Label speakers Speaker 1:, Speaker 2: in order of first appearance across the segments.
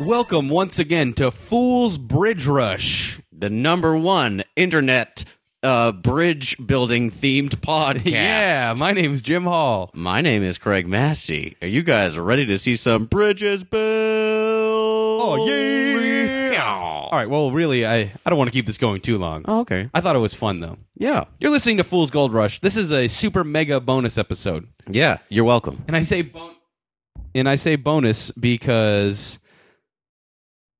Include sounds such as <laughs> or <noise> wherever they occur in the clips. Speaker 1: Welcome once again to Fool's Bridge Rush.
Speaker 2: the number one internet uh, bridge building themed <laughs>
Speaker 1: <laughs>
Speaker 2: podcast.
Speaker 1: Yeah, my name's Jim Hall.
Speaker 2: My name is Craig Massey. Are you guys ready to see some bridges built? Oh,
Speaker 1: All right, well, really, I, I don't want to keep this going too long.
Speaker 2: Oh, okay.
Speaker 1: I thought it was fun, though.
Speaker 2: Yeah.
Speaker 1: You're listening to Fool's Gold Rush. This is a super mega bonus episode.
Speaker 2: Yeah. You're welcome.
Speaker 1: And I say bon- and I say bonus because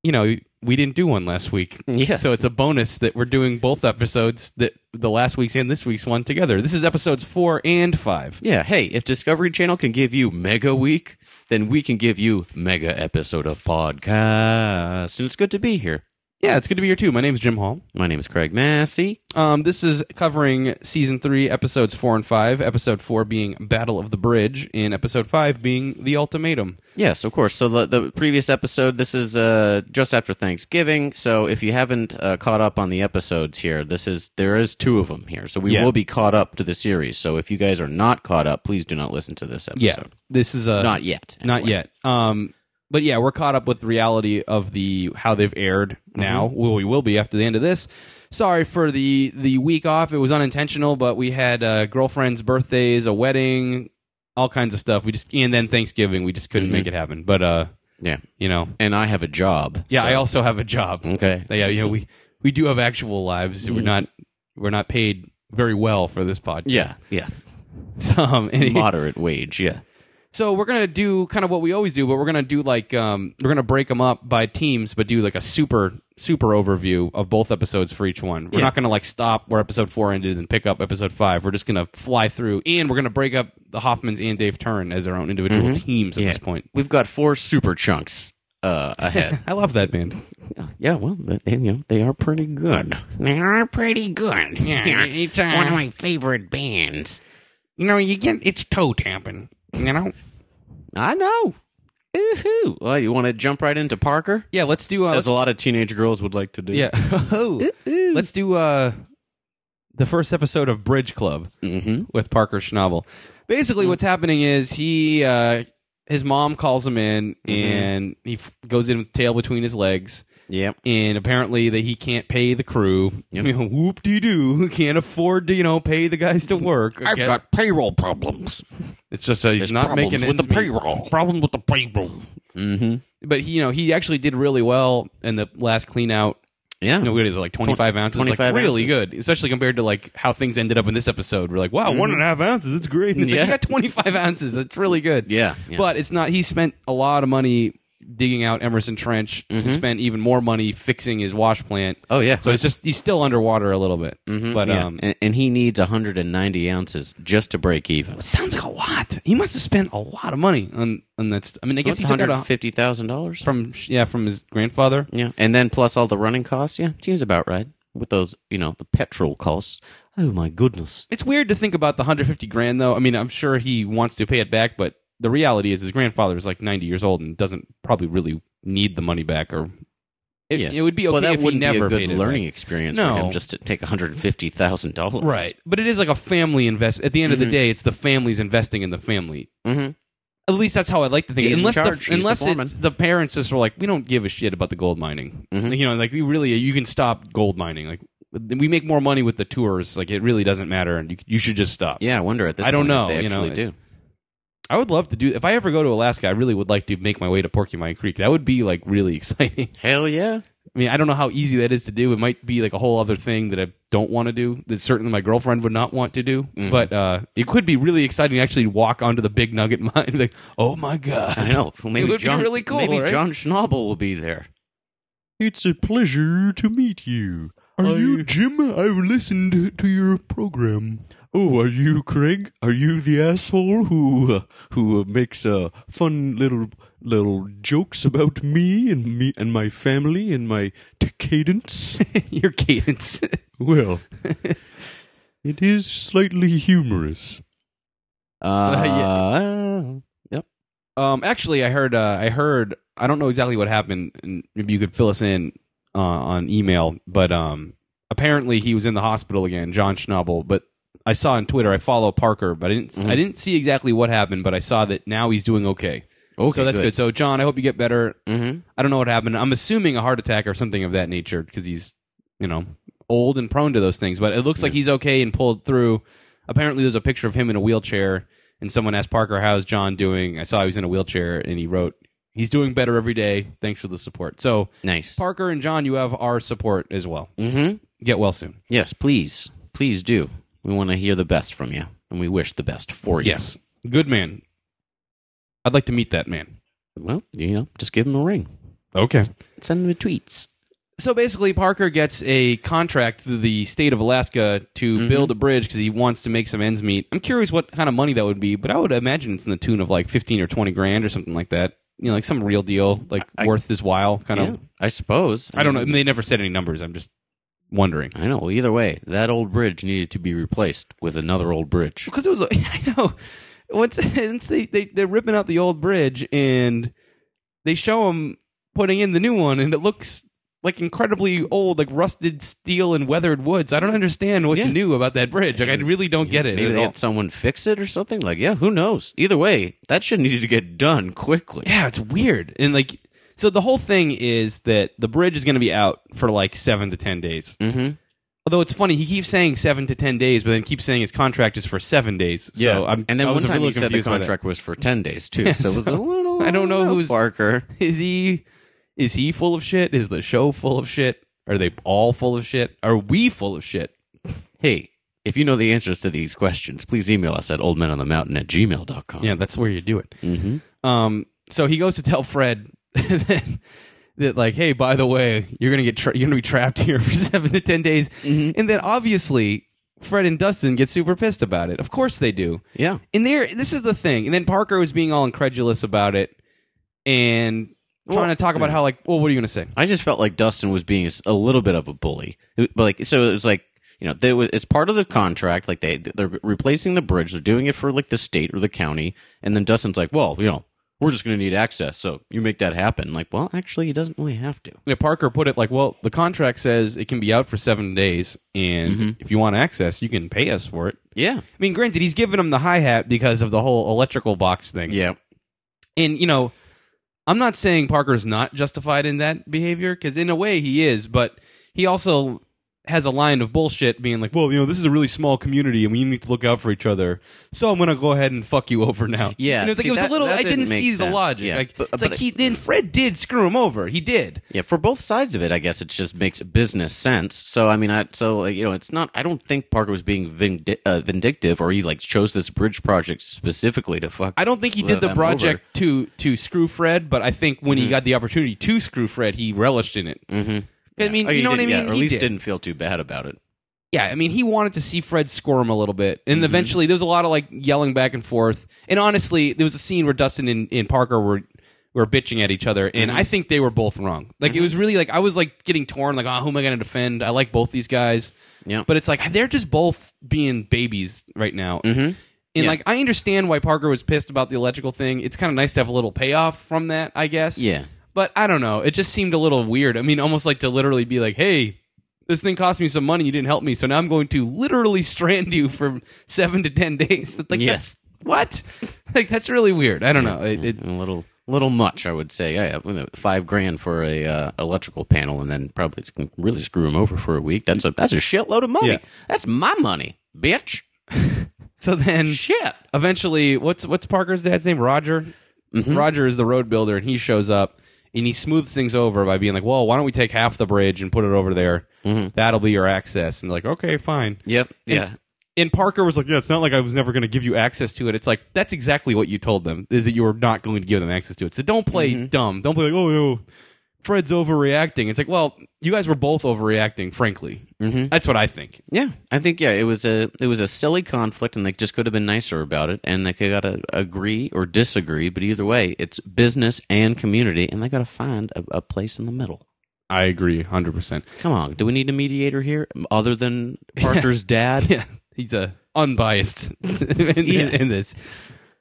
Speaker 1: you know, we didn't do one last week.
Speaker 2: Yeah.
Speaker 1: So it's a bonus that we're doing both episodes that the last week's and this week's one together. This is episodes 4 and 5.
Speaker 2: yeah. Hey, if Discovery Channel can give you Mega Week, then we can give you Mega Episode of Podcast. And it's good to be here.
Speaker 1: Yeah, it's good to be here too. My name's Jim Hall.
Speaker 2: My name is Craig Massey.
Speaker 1: Um, this is covering season 3 episodes 4 and 5, episode 4 being Battle of the Bridge and episode 5 being The Ultimatum.
Speaker 2: Yes, of course. So the, the previous episode, this is uh, just after Thanksgiving. So if you haven't uh, caught up on the episodes here, this is there is two of them here. So we
Speaker 1: Yeah.
Speaker 2: will be caught up to the series. So if you guys are not caught up, please do not listen to this episode.
Speaker 1: This is a
Speaker 2: not yet.
Speaker 1: not
Speaker 2: anyway.
Speaker 1: yet um but yeah we're caught up with the reality of the how they've aired
Speaker 2: Mm-hmm.
Speaker 1: now well we will be after the end of this sorry for the the week off it was unintentional but we had uh girlfriend's birthdays a wedding all kinds of stuff we just and then thanksgiving we just couldn't
Speaker 2: Mm-hmm.
Speaker 1: make it happen but uh
Speaker 2: Yeah.
Speaker 1: you know
Speaker 2: And I have a job.
Speaker 1: yeah
Speaker 2: so- Mm-hmm.
Speaker 1: i also have a job
Speaker 2: Okay.
Speaker 1: yeah you know we we do have actual lives
Speaker 3: Mm.
Speaker 1: we're not we're not paid very well for this podcast
Speaker 2: Yeah. <laughs> Yeah.
Speaker 1: <laughs> so, um, any-
Speaker 2: Moderate wage. Yeah.
Speaker 1: So we're gonna do kind of what we always do, but we're gonna do like um, we're gonna break them up by teams, but do like a super super overview of both episodes for each one. We're
Speaker 2: Yeah.
Speaker 1: not gonna like stop where episode four ended and pick up episode five. We're just gonna fly through, and we're gonna break up the Hoffmans and Dave Turn as their own individual
Speaker 3: Mm-hmm.
Speaker 1: teams at
Speaker 2: Yeah.
Speaker 1: this point.
Speaker 2: We've got four super chunks uh, ahead.
Speaker 1: I love that band.
Speaker 2: <laughs> yeah. Well, they, you know, they are pretty good.
Speaker 3: They are pretty good. Yeah, it's uh,
Speaker 2: One of my favorite bands.
Speaker 3: you know, you get it's toe tapping. You know,
Speaker 2: I know. Ooh, well, you want to jump right into Parker,
Speaker 1: Yeah, let's do. Uh,
Speaker 2: as
Speaker 1: let's,
Speaker 2: a lot of teenage girls would like to do.
Speaker 1: yeah, <laughs> Oh. let's do uh, the first episode of Bridge Club.
Speaker 2: hmm
Speaker 1: with Parker Schnabel. Basically,
Speaker 2: Mm.
Speaker 1: what's happening is he, uh, his mom calls him in,
Speaker 2: Mm-hmm.
Speaker 1: and he f- goes in with tail between his legs,
Speaker 2: Yep.
Speaker 1: and apparently that he can't pay the crew.
Speaker 2: Yep.
Speaker 1: You know, <laughs> Whoop de doo, can't afford to you know pay the guys to work.
Speaker 3: I've
Speaker 1: Okay.
Speaker 3: got payroll problems.
Speaker 1: it's just uh, he's
Speaker 2: there's
Speaker 1: not
Speaker 2: problems
Speaker 1: making
Speaker 2: with the
Speaker 1: ends meet.
Speaker 2: payroll.
Speaker 3: Problem with the payroll.
Speaker 2: hmm
Speaker 1: But he, you know, he actually did really well in the last clean out.
Speaker 2: Yeah.
Speaker 1: You know, we did like twenty five ounces, like
Speaker 2: 25
Speaker 1: really
Speaker 2: ounces.
Speaker 1: good, especially compared to like how things ended up in this episode. We're like, wow, one and a half ounces, it's great. And it's like,
Speaker 2: Mm-hmm. Yeah.
Speaker 1: you got twenty five ounces, that's really good.
Speaker 2: yeah. yeah.
Speaker 1: But it's not. He spent a lot of money digging out Emerson Trench.
Speaker 2: Mm-hmm.
Speaker 1: And spent even more money fixing his wash plant.
Speaker 2: oh yeah.
Speaker 1: So it's just he's still underwater a little bit.
Speaker 2: Mhm,
Speaker 1: But
Speaker 2: yeah.
Speaker 1: um,
Speaker 2: and, and he needs 190 ounces just to break even.
Speaker 1: sounds like a lot. He must have spent a lot of money on on that. St- I mean, I guess
Speaker 2: What's
Speaker 1: he took out a,
Speaker 2: $150,000?
Speaker 1: from yeah from his grandfather.
Speaker 2: Yeah. And then plus all the running costs. Yeah. Seems about right. With those, you know, the petrol costs. Oh my goodness.
Speaker 1: It's weird to think about the 150 grand though. I mean, I'm sure he wants to pay it back, but the reality is his grandfather is like 90 years old and doesn't probably really need the money back. Or it,
Speaker 2: Yes.
Speaker 1: it would be okay
Speaker 2: well, that
Speaker 1: if he
Speaker 2: wouldn't
Speaker 1: never
Speaker 2: be a
Speaker 1: paid
Speaker 2: good
Speaker 1: it back.
Speaker 2: learning experience
Speaker 1: No.
Speaker 2: for him just to take $150,000.
Speaker 1: Right. But it is like a family invest. At the end of
Speaker 2: Mm-hmm.
Speaker 1: the day, it's the family's investing in the family.
Speaker 2: hmm
Speaker 1: At least that's how I like to think.
Speaker 2: He's
Speaker 1: of it. Unless
Speaker 2: in charge. He's
Speaker 1: the
Speaker 2: the
Speaker 1: unless
Speaker 2: foreman.
Speaker 1: it's the parents just were like, we don't give a shit about the gold mining.
Speaker 2: Mhm.
Speaker 1: You know, like we really you can stop gold mining. Like we make more money with the tours. Like it really doesn't matter, and you, you should just stop.
Speaker 2: Yeah. I wonder at this
Speaker 1: I don't
Speaker 2: point if
Speaker 1: know,
Speaker 2: they
Speaker 1: you know,
Speaker 2: actually
Speaker 1: it-
Speaker 2: do.
Speaker 1: I would love to do. If I ever go to Alaska, I really would like to make my way to Porcupine Creek. That would be like really <laughs> exciting.
Speaker 2: Hell yeah.
Speaker 1: I mean, I don't know how easy that is to do. It might be like a whole other thing that I don't want to do. That certainly my girlfriend would not want to do. But uh, it could be really exciting to actually walk onto the Big Nugget Mine. and be Like, oh my
Speaker 2: I
Speaker 1: god, <laughs>
Speaker 2: know. Well, maybe
Speaker 1: It would be
Speaker 2: John,
Speaker 1: really cool,
Speaker 2: Maybe
Speaker 1: right?
Speaker 2: John Schnabel will
Speaker 1: <laughs>
Speaker 2: be there.
Speaker 4: It's a pleasure to meet you.
Speaker 5: Are you
Speaker 4: I-
Speaker 5: Jim? I've listened to your program.
Speaker 4: Oh, are you Craig? Are you the asshole who uh, who uh, makes uh, fun little little jokes about me and me and my family and my
Speaker 5: <laughs>
Speaker 4: decadence?
Speaker 1: your cadence.
Speaker 4: well, it is slightly humorous.
Speaker 2: Uh, Yep.
Speaker 1: um, actually, I heard. Uh, I heard. I don't know exactly what happened, and maybe you could fill us in uh, on email. But um, apparently, he was in the hospital again, John Schnabel. But I saw on Twitter. I follow Parker, but I didn't. I didn't see exactly what happened, but I saw that now he's doing okay.
Speaker 2: Okay,
Speaker 1: so that's good.
Speaker 2: good.
Speaker 1: So John, I hope you get better.
Speaker 2: Mhm.
Speaker 1: I don't know what happened. I'm assuming a heart attack or something of that nature because he's, you know, old and prone to those things. But it looks like he's okay and pulled through. Apparently, there's a picture of him in a wheelchair, and someone asked Parker, "How's John doing?" I saw he was in a wheelchair, and he wrote, "He's doing better every day. Thanks for the support." So
Speaker 2: Nice.
Speaker 1: Parker and John, you have our support as well.
Speaker 2: mm-hmm.
Speaker 1: Get well soon.
Speaker 2: Yes, please, please do. We want to hear the best from you, and we wish the best for you.
Speaker 1: Yes, good man. I'd like to meet that man.
Speaker 2: Well, you know, just give him a ring.
Speaker 1: Okay.
Speaker 2: Send him the tweets.
Speaker 1: so basically parker gets a contract through the state of alaska to
Speaker 2: Mm-hmm.
Speaker 1: build a bridge because he wants to make some ends meet i'm curious what kind of money that would be but i would imagine it's in the tune of like 15 or 20 grand or something like that you know like some real deal like
Speaker 2: I-
Speaker 1: worth his while kind
Speaker 2: Yeah,
Speaker 1: of
Speaker 2: I suppose.
Speaker 1: i don't know I
Speaker 2: mean,
Speaker 1: mean, they never said any numbers i'm just wondering
Speaker 2: I know. Either way, that old bridge needed to be replaced with another old bridge.
Speaker 1: because it was <laughs> a- i know once, once they, they they're ripping out the old bridge and they show him putting in the new one and it looks like incredibly old like rusted steel and weathered woods i don't understand what's
Speaker 2: Yeah.
Speaker 1: new about that bridge like i really don't get it
Speaker 2: Maybe
Speaker 1: at
Speaker 2: they
Speaker 1: all.
Speaker 2: had someone fix it or something. Like, yeah, who knows? Either way, that shit needed to get done quickly.
Speaker 1: yeah it's weird and like so the whole thing is that the bridge is going to be out for like seven to ten days
Speaker 2: Mm-hmm.
Speaker 1: although it's funny he keeps saying seven to ten days but then keeps saying his contract is for seven days so I'm,
Speaker 2: and then
Speaker 1: I
Speaker 2: one
Speaker 1: was
Speaker 2: time
Speaker 1: a
Speaker 2: he
Speaker 1: little
Speaker 2: said the
Speaker 1: confused by that.
Speaker 2: contract was for ten days too.
Speaker 1: Yeah,
Speaker 2: so,
Speaker 1: <laughs> so-
Speaker 2: I don't
Speaker 1: I don't know who's-
Speaker 2: Barker.
Speaker 1: <laughs> is he is he full of shit is the show full of shit are they all full of shit are we full of shit
Speaker 2: Hey, if you know the answers to these questions, please email us at oldmenonthemountain at gmail.com.
Speaker 1: yeah that's where you do it
Speaker 2: Mm-hmm.
Speaker 1: um so he goes to tell fred <laughs> that, that like hey by the way you're gonna get tra- you're gonna be trapped <laughs> here for seven to ten days and then obviously fred and dustin get super pissed about it of course they do
Speaker 2: Yeah.
Speaker 1: and there this is the thing and then parker was being all incredulous about it and trying to talk about how like well what are you gonna say
Speaker 2: I just felt like Dustin was being a little bit of a bully. It- But like, so it was like, you know, they, it's part of the contract. Like they, they're replacing the bridge. They're doing it for like the state or the county. And then Dustin's like, well, you know, we're just going to need access. So you make that happen. Like, well, actually, he doesn't really have to.
Speaker 1: Yeah, Parker put it like, well, the contract says it can be out for seven days, and
Speaker 2: Mm-hmm.
Speaker 1: if you want access, you can pay us for it.
Speaker 2: Yeah.
Speaker 1: I mean, granted, he's giving him the hi hat because of the whole electrical box thing.
Speaker 2: Yeah.
Speaker 1: And, you know, I'm not saying Parker's not justified in that behavior, because in a way he is, but he also has a line of bullshit being like, well, you know, this is a really small community and we need to look out for each other, so I'm going to go ahead and fuck you <laughs> over now.
Speaker 2: Yeah,
Speaker 1: And it's like,
Speaker 2: see,
Speaker 1: it was
Speaker 2: that-
Speaker 1: a little,
Speaker 2: that
Speaker 1: I didn't,
Speaker 2: didn't make
Speaker 1: see the
Speaker 2: sense.
Speaker 1: logic.
Speaker 2: Yeah,
Speaker 1: Like,
Speaker 2: but-
Speaker 1: it's
Speaker 2: but
Speaker 1: like,
Speaker 2: I-
Speaker 1: he, then Fred did screw him over. He did.
Speaker 2: Yeah, for both sides of it, I guess it just makes business sense. So I mean, I so like, you know, it's not. I don't think Parker was being vindi- uh, vindictive, or he like chose this bridge project specifically to fuck.
Speaker 1: I don't think he did
Speaker 2: let Mm-hmm.
Speaker 1: the
Speaker 2: them
Speaker 1: project to to screw Fred, but I think when he got the opportunity to screw Fred, he relished in it.
Speaker 2: Mhm.
Speaker 1: I mean,
Speaker 2: Oh,
Speaker 1: you
Speaker 2: he
Speaker 1: know what
Speaker 2: did,
Speaker 1: I mean?
Speaker 2: Yeah, or at
Speaker 1: He
Speaker 2: least
Speaker 1: did.
Speaker 2: did. not feel too bad about it.
Speaker 1: Yeah, I mean, he wanted to see Fred score him a little bit,
Speaker 2: Mm-hmm.
Speaker 1: and eventually there was a lot of like yelling back and forth. And honestly, there was a scene where Dustin and, and Parker were were bitching at each other, and
Speaker 2: Mm-hmm.
Speaker 1: I think they were both wrong. Like it was really like I was like getting torn, like, oh, who am I going to defend? I like both these guys,
Speaker 2: Yeah,
Speaker 1: but it's like they're just both being babies right now.
Speaker 2: Mhm.
Speaker 1: And
Speaker 2: Yeah.
Speaker 1: like I understand why Parker was pissed about the electrical thing. It's kind of nice to have a little payoff from that, I guess.
Speaker 2: yeah,
Speaker 1: But I don't know. It just seemed a little weird. I mean, almost like to literally be like, "Hey, this thing cost me some money. You didn't help me, so now I'm going to literally <laughs> strand you for seven to ten days." <laughs> Like,
Speaker 2: Yes.
Speaker 1: that's, what? <laughs> Like, that's really weird. I don't know. It, it,
Speaker 2: a little, little much, I would say. Yeah, yeah, five grand for a uh, electrical panel, and then probably it's gonna really screw him over for a week. That's a that's a shitload of money.
Speaker 1: Yeah.
Speaker 2: That's my money, bitch.
Speaker 1: so then,
Speaker 2: Shit.
Speaker 1: eventually, what's what's Parker's dad's name? Roger. Roger is the road builder, and he shows up and he smooths things over by being like, "Well, why don't we take half the bridge and put it over there? That'll be your access." And they're like, "Okay, fine."
Speaker 2: Yep. Yeah.
Speaker 1: And Parker was like, "Yeah, it's not like I was never going to give you access to it. It's like that's exactly what you told them is that you were not going to give them access to it. So don't play dumb. Don't play like, oh, no, Fred's overreacting. It's like, well, you guys were both overreacting. Frankly,
Speaker 2: Mhm.
Speaker 1: that's what I think.
Speaker 2: Yeah, I think yeah, it was a it was a silly conflict, and they just could have been nicer about it, and they could got to agree or disagree. But either way, it's business and community, and they got to find a, a place in the middle.
Speaker 1: I agree, hundred percent.
Speaker 2: Come on, do we need a mediator here other than
Speaker 1: <laughs>
Speaker 2: Parker's dad?
Speaker 1: Yeah, he's a unbiased <laughs> in, in this.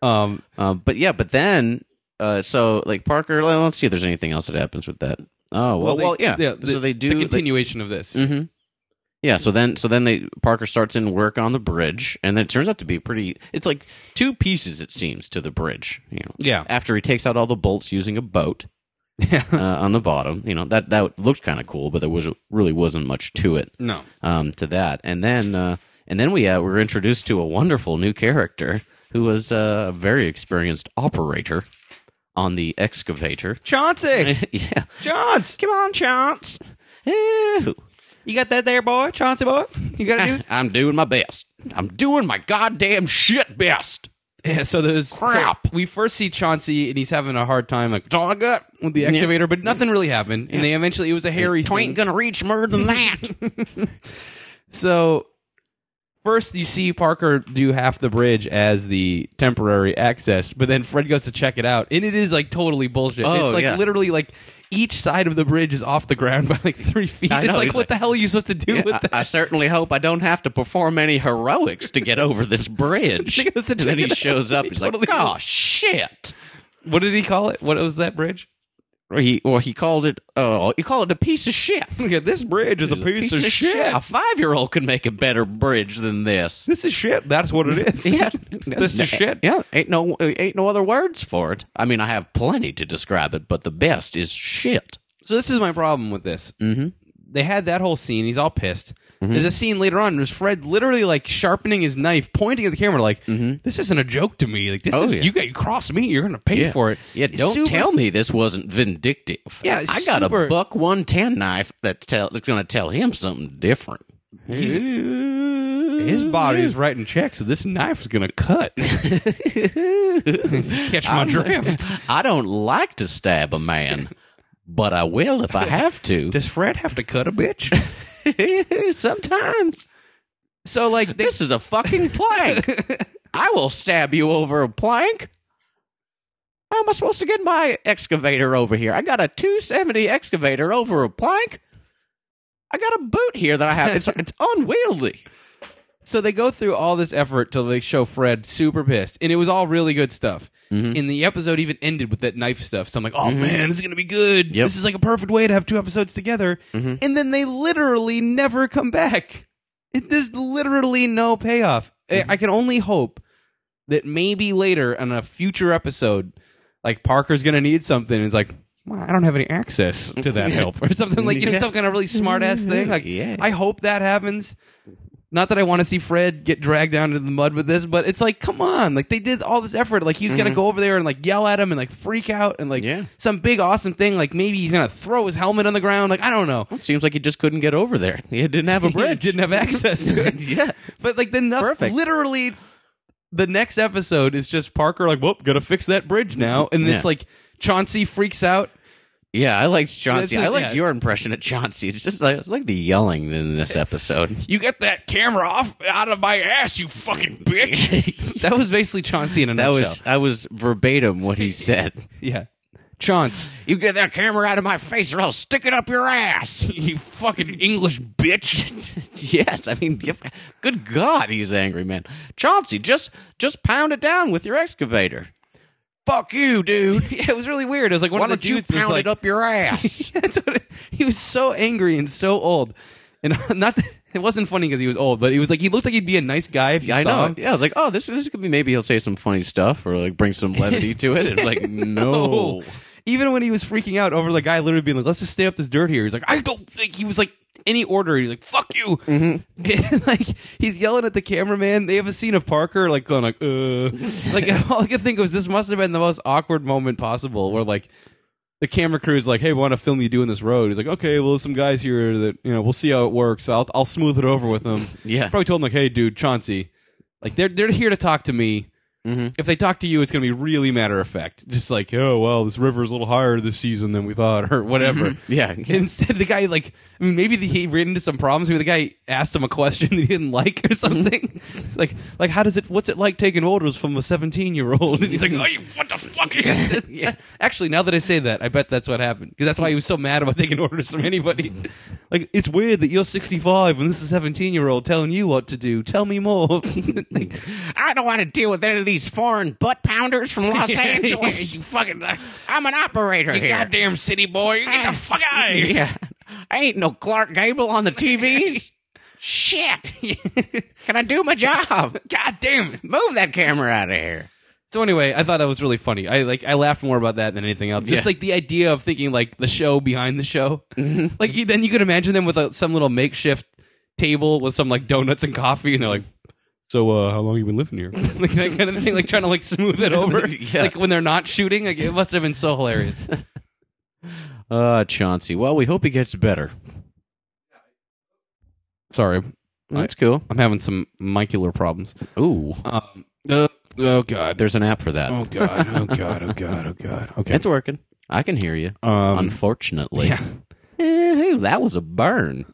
Speaker 1: Um,
Speaker 2: Um, but yeah, but then uh, so like Parker, well, let's see if there's anything else that happens with that. Oh well, well,
Speaker 1: they-
Speaker 2: yeah.
Speaker 1: the, Mm-hmm.
Speaker 2: so they do
Speaker 1: the
Speaker 2: they-
Speaker 1: continuation of this.
Speaker 2: Mhm. Yeah, so then so then they Parker starts in work on the bridge, and then it turns out to be pretty. It's like two pieces, it seems, to the bridge. You know,
Speaker 1: Yeah.
Speaker 2: After he takes out all the bolts using a boat
Speaker 1: Yeah.
Speaker 2: uh, on the bottom, you know that that looked kind of cool, but there was really wasn't much to it
Speaker 1: <laughs> No.
Speaker 2: um, to that. And then uh, and then we uh, were introduced to a wonderful new character who was uh, a very experienced operator on the excavator. <laughs>
Speaker 1: <laughs> Chauncey!
Speaker 2: yeah,
Speaker 1: Chauncey!
Speaker 2: come on, Chance. Ew.
Speaker 1: You got that there, boy? Chauncey boy? You got to do?
Speaker 2: Eh, I'm doing my best. I'm doing my goddamn shit best.
Speaker 1: <laughs> Yeah, so there's so
Speaker 2: Crap.
Speaker 1: we first see Chauncey and he's having a hard time, like it's all I got with the excavator, but nothing really happened. And they eventually it was a hairy thing.
Speaker 2: Twink gonna reach more than that.
Speaker 1: So first you see Parker do half the bridge as the temporary access, but then Fred goes to check it out, and it is like totally bullshit.
Speaker 2: Oh,
Speaker 1: it's like
Speaker 2: yeah.
Speaker 1: literally like each side of the bridge is off the ground by like three feet.
Speaker 2: I
Speaker 1: it's
Speaker 2: know,
Speaker 1: like
Speaker 2: he's
Speaker 1: what
Speaker 2: like-
Speaker 1: the hell are you supposed to do <laughs> with
Speaker 2: I,
Speaker 1: that?
Speaker 2: I certainly hope I don't have to perform any heroics to get over
Speaker 1: <laughs>
Speaker 2: this bridge.
Speaker 1: He
Speaker 2: and
Speaker 1: goes to
Speaker 2: then
Speaker 1: check
Speaker 2: he
Speaker 1: it out.
Speaker 2: shows up.
Speaker 1: He
Speaker 2: He's
Speaker 1: totally-
Speaker 2: like, "Oh shit!"
Speaker 1: what did he call it? What was that bridge?
Speaker 2: Or he or he called it. Oh, he called it a piece of shit.
Speaker 1: <laughs> Yeah, this bridge is a <laughs> piece, of, shit.
Speaker 2: A five-year-old could make a better bridge
Speaker 1: <laughs>
Speaker 2: than this.
Speaker 1: This is shit. That's what it <laughs> is.
Speaker 2: Yeah.
Speaker 1: this is shit.
Speaker 2: Yeah, ain't no ain't no other words for it. I mean, I have plenty to describe it, but the best is shit.
Speaker 1: So this is my problem with this. Mm-hmm. They had that whole scene. He's all pissed.
Speaker 2: Mm-hmm.
Speaker 1: There's a scene later on. There's Fred literally like sharpening his knife, pointing at the camera, like this isn't a joke to me. Like this
Speaker 2: Mm-hmm. Oh,
Speaker 1: is
Speaker 2: yeah.
Speaker 1: you got you cross me, you're gonna pay for it.
Speaker 2: Yeah,
Speaker 1: It's
Speaker 2: don't
Speaker 1: super-
Speaker 2: tell me this wasn't vindictive.
Speaker 1: Yeah, it's
Speaker 2: I got
Speaker 1: super-
Speaker 2: a buck one ten knife that tell that's going to tell him something different.
Speaker 1: He's, his body's writing checks. So this knife's gonna
Speaker 2: <laughs>
Speaker 1: cut. Catch my drift.
Speaker 2: I don't like to stab a man, but I will if I have to. <laughs>
Speaker 1: Does Fred have to cut a bitch?
Speaker 2: Sometimes
Speaker 1: so like they,
Speaker 2: this is a fucking
Speaker 1: <laughs>
Speaker 2: plank. I will stab you over a plank. How am I supposed to get my excavator over here? I got a 270 excavator over a plank. I got a boot here that I have. It's it's unwieldy.
Speaker 1: so they go through all this effort till they show Fred super pissed, and it was all really good stuff.
Speaker 2: Mm-hmm.
Speaker 1: And the episode even ended with that knife stuff. So I'm like, oh man, this is gonna be good.
Speaker 2: Yep. Mm-hmm.
Speaker 1: This is like a perfect way to have two episodes together. And then they literally never come back. It, there's literally no payoff. I-
Speaker 2: Mm-hmm.
Speaker 1: I can only hope that maybe later on a future episode, like Parker's gonna need something. And it's like. Well, I don't have any access to
Speaker 2: <laughs>
Speaker 1: that help, or something like you know,
Speaker 2: Yeah.
Speaker 1: some kind of really smart ass thing. Like,
Speaker 2: Yeah.
Speaker 1: I hope that happens. Not that I want to see Fred get dragged down into the mud with this, but it's like, come on! Like they did all this effort. Like he's gonna go over there and like yell at him and like freak out and like
Speaker 2: Mm-hmm. Yeah.
Speaker 1: some big awesome thing. Like maybe he's gonna throw his helmet on the ground. Like I don't know. <laughs>
Speaker 2: Seems like he just couldn't get over there. He didn't have a
Speaker 1: Fred
Speaker 2: bridge.
Speaker 1: didn't have access to it.
Speaker 2: <laughs> yeah.
Speaker 1: But like then noth-
Speaker 2: Perfect.
Speaker 1: literally the next episode is just Parker like, whoop, gotta fix that bridge now. And it's
Speaker 2: Yeah.
Speaker 1: like Chauncey freaks out.
Speaker 2: Yeah, I liked Chauncey.
Speaker 1: This is-
Speaker 2: I liked
Speaker 1: yeah.
Speaker 2: your impression of Chauncey. It's just like, I like the yelling in this episode.
Speaker 3: You get that camera off out of my ass, you fucking bitch.
Speaker 1: That was basically Chauncey in a
Speaker 2: <laughs> That
Speaker 1: nutshell.
Speaker 2: was that was verbatim what he said.
Speaker 1: yeah. Chaunce.
Speaker 2: you get that camera out of my face, or I'll stick it up your ass.
Speaker 3: you fucking English bitch.
Speaker 2: <laughs> yes, I mean, yeah, good God, he's angry, man. Chauncey, just just pound it down with your excavator. Fuck you,
Speaker 1: <laughs>
Speaker 2: dude.
Speaker 1: Yeah, it was really weird. It was like one
Speaker 2: Why
Speaker 1: of the
Speaker 2: don't you
Speaker 1: dudes was
Speaker 2: pound
Speaker 1: like,
Speaker 2: it up
Speaker 1: <laughs>
Speaker 2: your <laughs> ass?
Speaker 1: That's what it- he was so angry and so old, and <laughs> not that, it wasn't funny because he was old, but he was like he looked like he'd be a nice guy if you
Speaker 2: I
Speaker 1: saw
Speaker 2: know.
Speaker 1: him.
Speaker 2: Yeah, I was like, oh, this this could be maybe he'll say some funny stuff or like bring some levity to it. It's like <laughs> no.
Speaker 1: <laughs> Even when he was freaking out over the guy literally being like, "Let's just stay up this dirt here," he's like, "I don't think." He was like, "Any order," he's like, "Fuck you!"
Speaker 2: Mm-hmm.
Speaker 1: And, <laughs> like he's yelling at the cameraman. They have a scene of Parker like going like,
Speaker 2: <laughs>
Speaker 1: "Uh," like all I could think was this must have been the most awkward moment possible, where like the camera crew is like, "Hey, we want to film you doing this road." He's like, "Okay, well, there's some guys here that you know. We'll see how it works. I'll I'll smooth it over with them."
Speaker 2: <laughs> Yeah.
Speaker 1: probably told him like, "Hey, dude, Chauncey, like they're they're here to talk to me. If they talk to you, it's going to be really matter of fact. Just like, oh well, this river's a little higher this season than we thought, or whatever."
Speaker 2: Mm-hmm. Yeah.
Speaker 1: <laughs> Instead, the guy like I mean, maybe the, he ran into some problems. Maybe the guy asked him a question that he didn't like or something. <laughs> like, like how does it? What's it like taking orders from a seventeen-year-old? <laughs> And he's like,
Speaker 3: Oh, you what the
Speaker 2: <laughs>
Speaker 3: fuck? is-
Speaker 1: Actually, now that I say that, I bet that's what happened because that's why he was so mad about taking orders from anybody. like, it's weird that you're 65 and this is 17 year old telling you what to do. Tell me more. <laughs>
Speaker 2: I don't want to deal with any of these foreign butt pounders from <laughs> Los Angeles.
Speaker 3: you fucking uh,
Speaker 2: I'm an operator
Speaker 3: you
Speaker 2: here.
Speaker 3: goddamn city boy. You get the fuck out of here.
Speaker 2: yeah. I ain't no Clark Gable on the TVs. Shit! Can I do my job? God damn it! Move that camera out of here.
Speaker 1: So anyway, I thought that was really funny. I like I laughed more about that than anything else. Just
Speaker 2: Yeah.
Speaker 1: like the idea of thinking like the show behind the show. <laughs> Like you, then you could imagine them with a, some little makeshift table with some like donuts and coffee, and they're like,
Speaker 5: So, uh, how long you been living here?
Speaker 1: <laughs> like that kind of thing, like trying to like smooth it over.
Speaker 2: Yeah.
Speaker 1: Like when they're not shooting, like, it must have been so hilarious.
Speaker 2: Uh, Chauncey. Well, we hope he gets better.
Speaker 1: Sorry,
Speaker 2: That's cool.
Speaker 1: I'm having some micular problems.
Speaker 2: Ooh,
Speaker 1: Um, uh, oh god.
Speaker 2: there's an app for that.
Speaker 1: Oh god. Oh god. Oh god. Oh god. Okay.
Speaker 2: It's working. I can hear you.
Speaker 1: Um,
Speaker 2: Unfortunately. <laughs>
Speaker 1: yeah.
Speaker 2: Ew, that was a burn.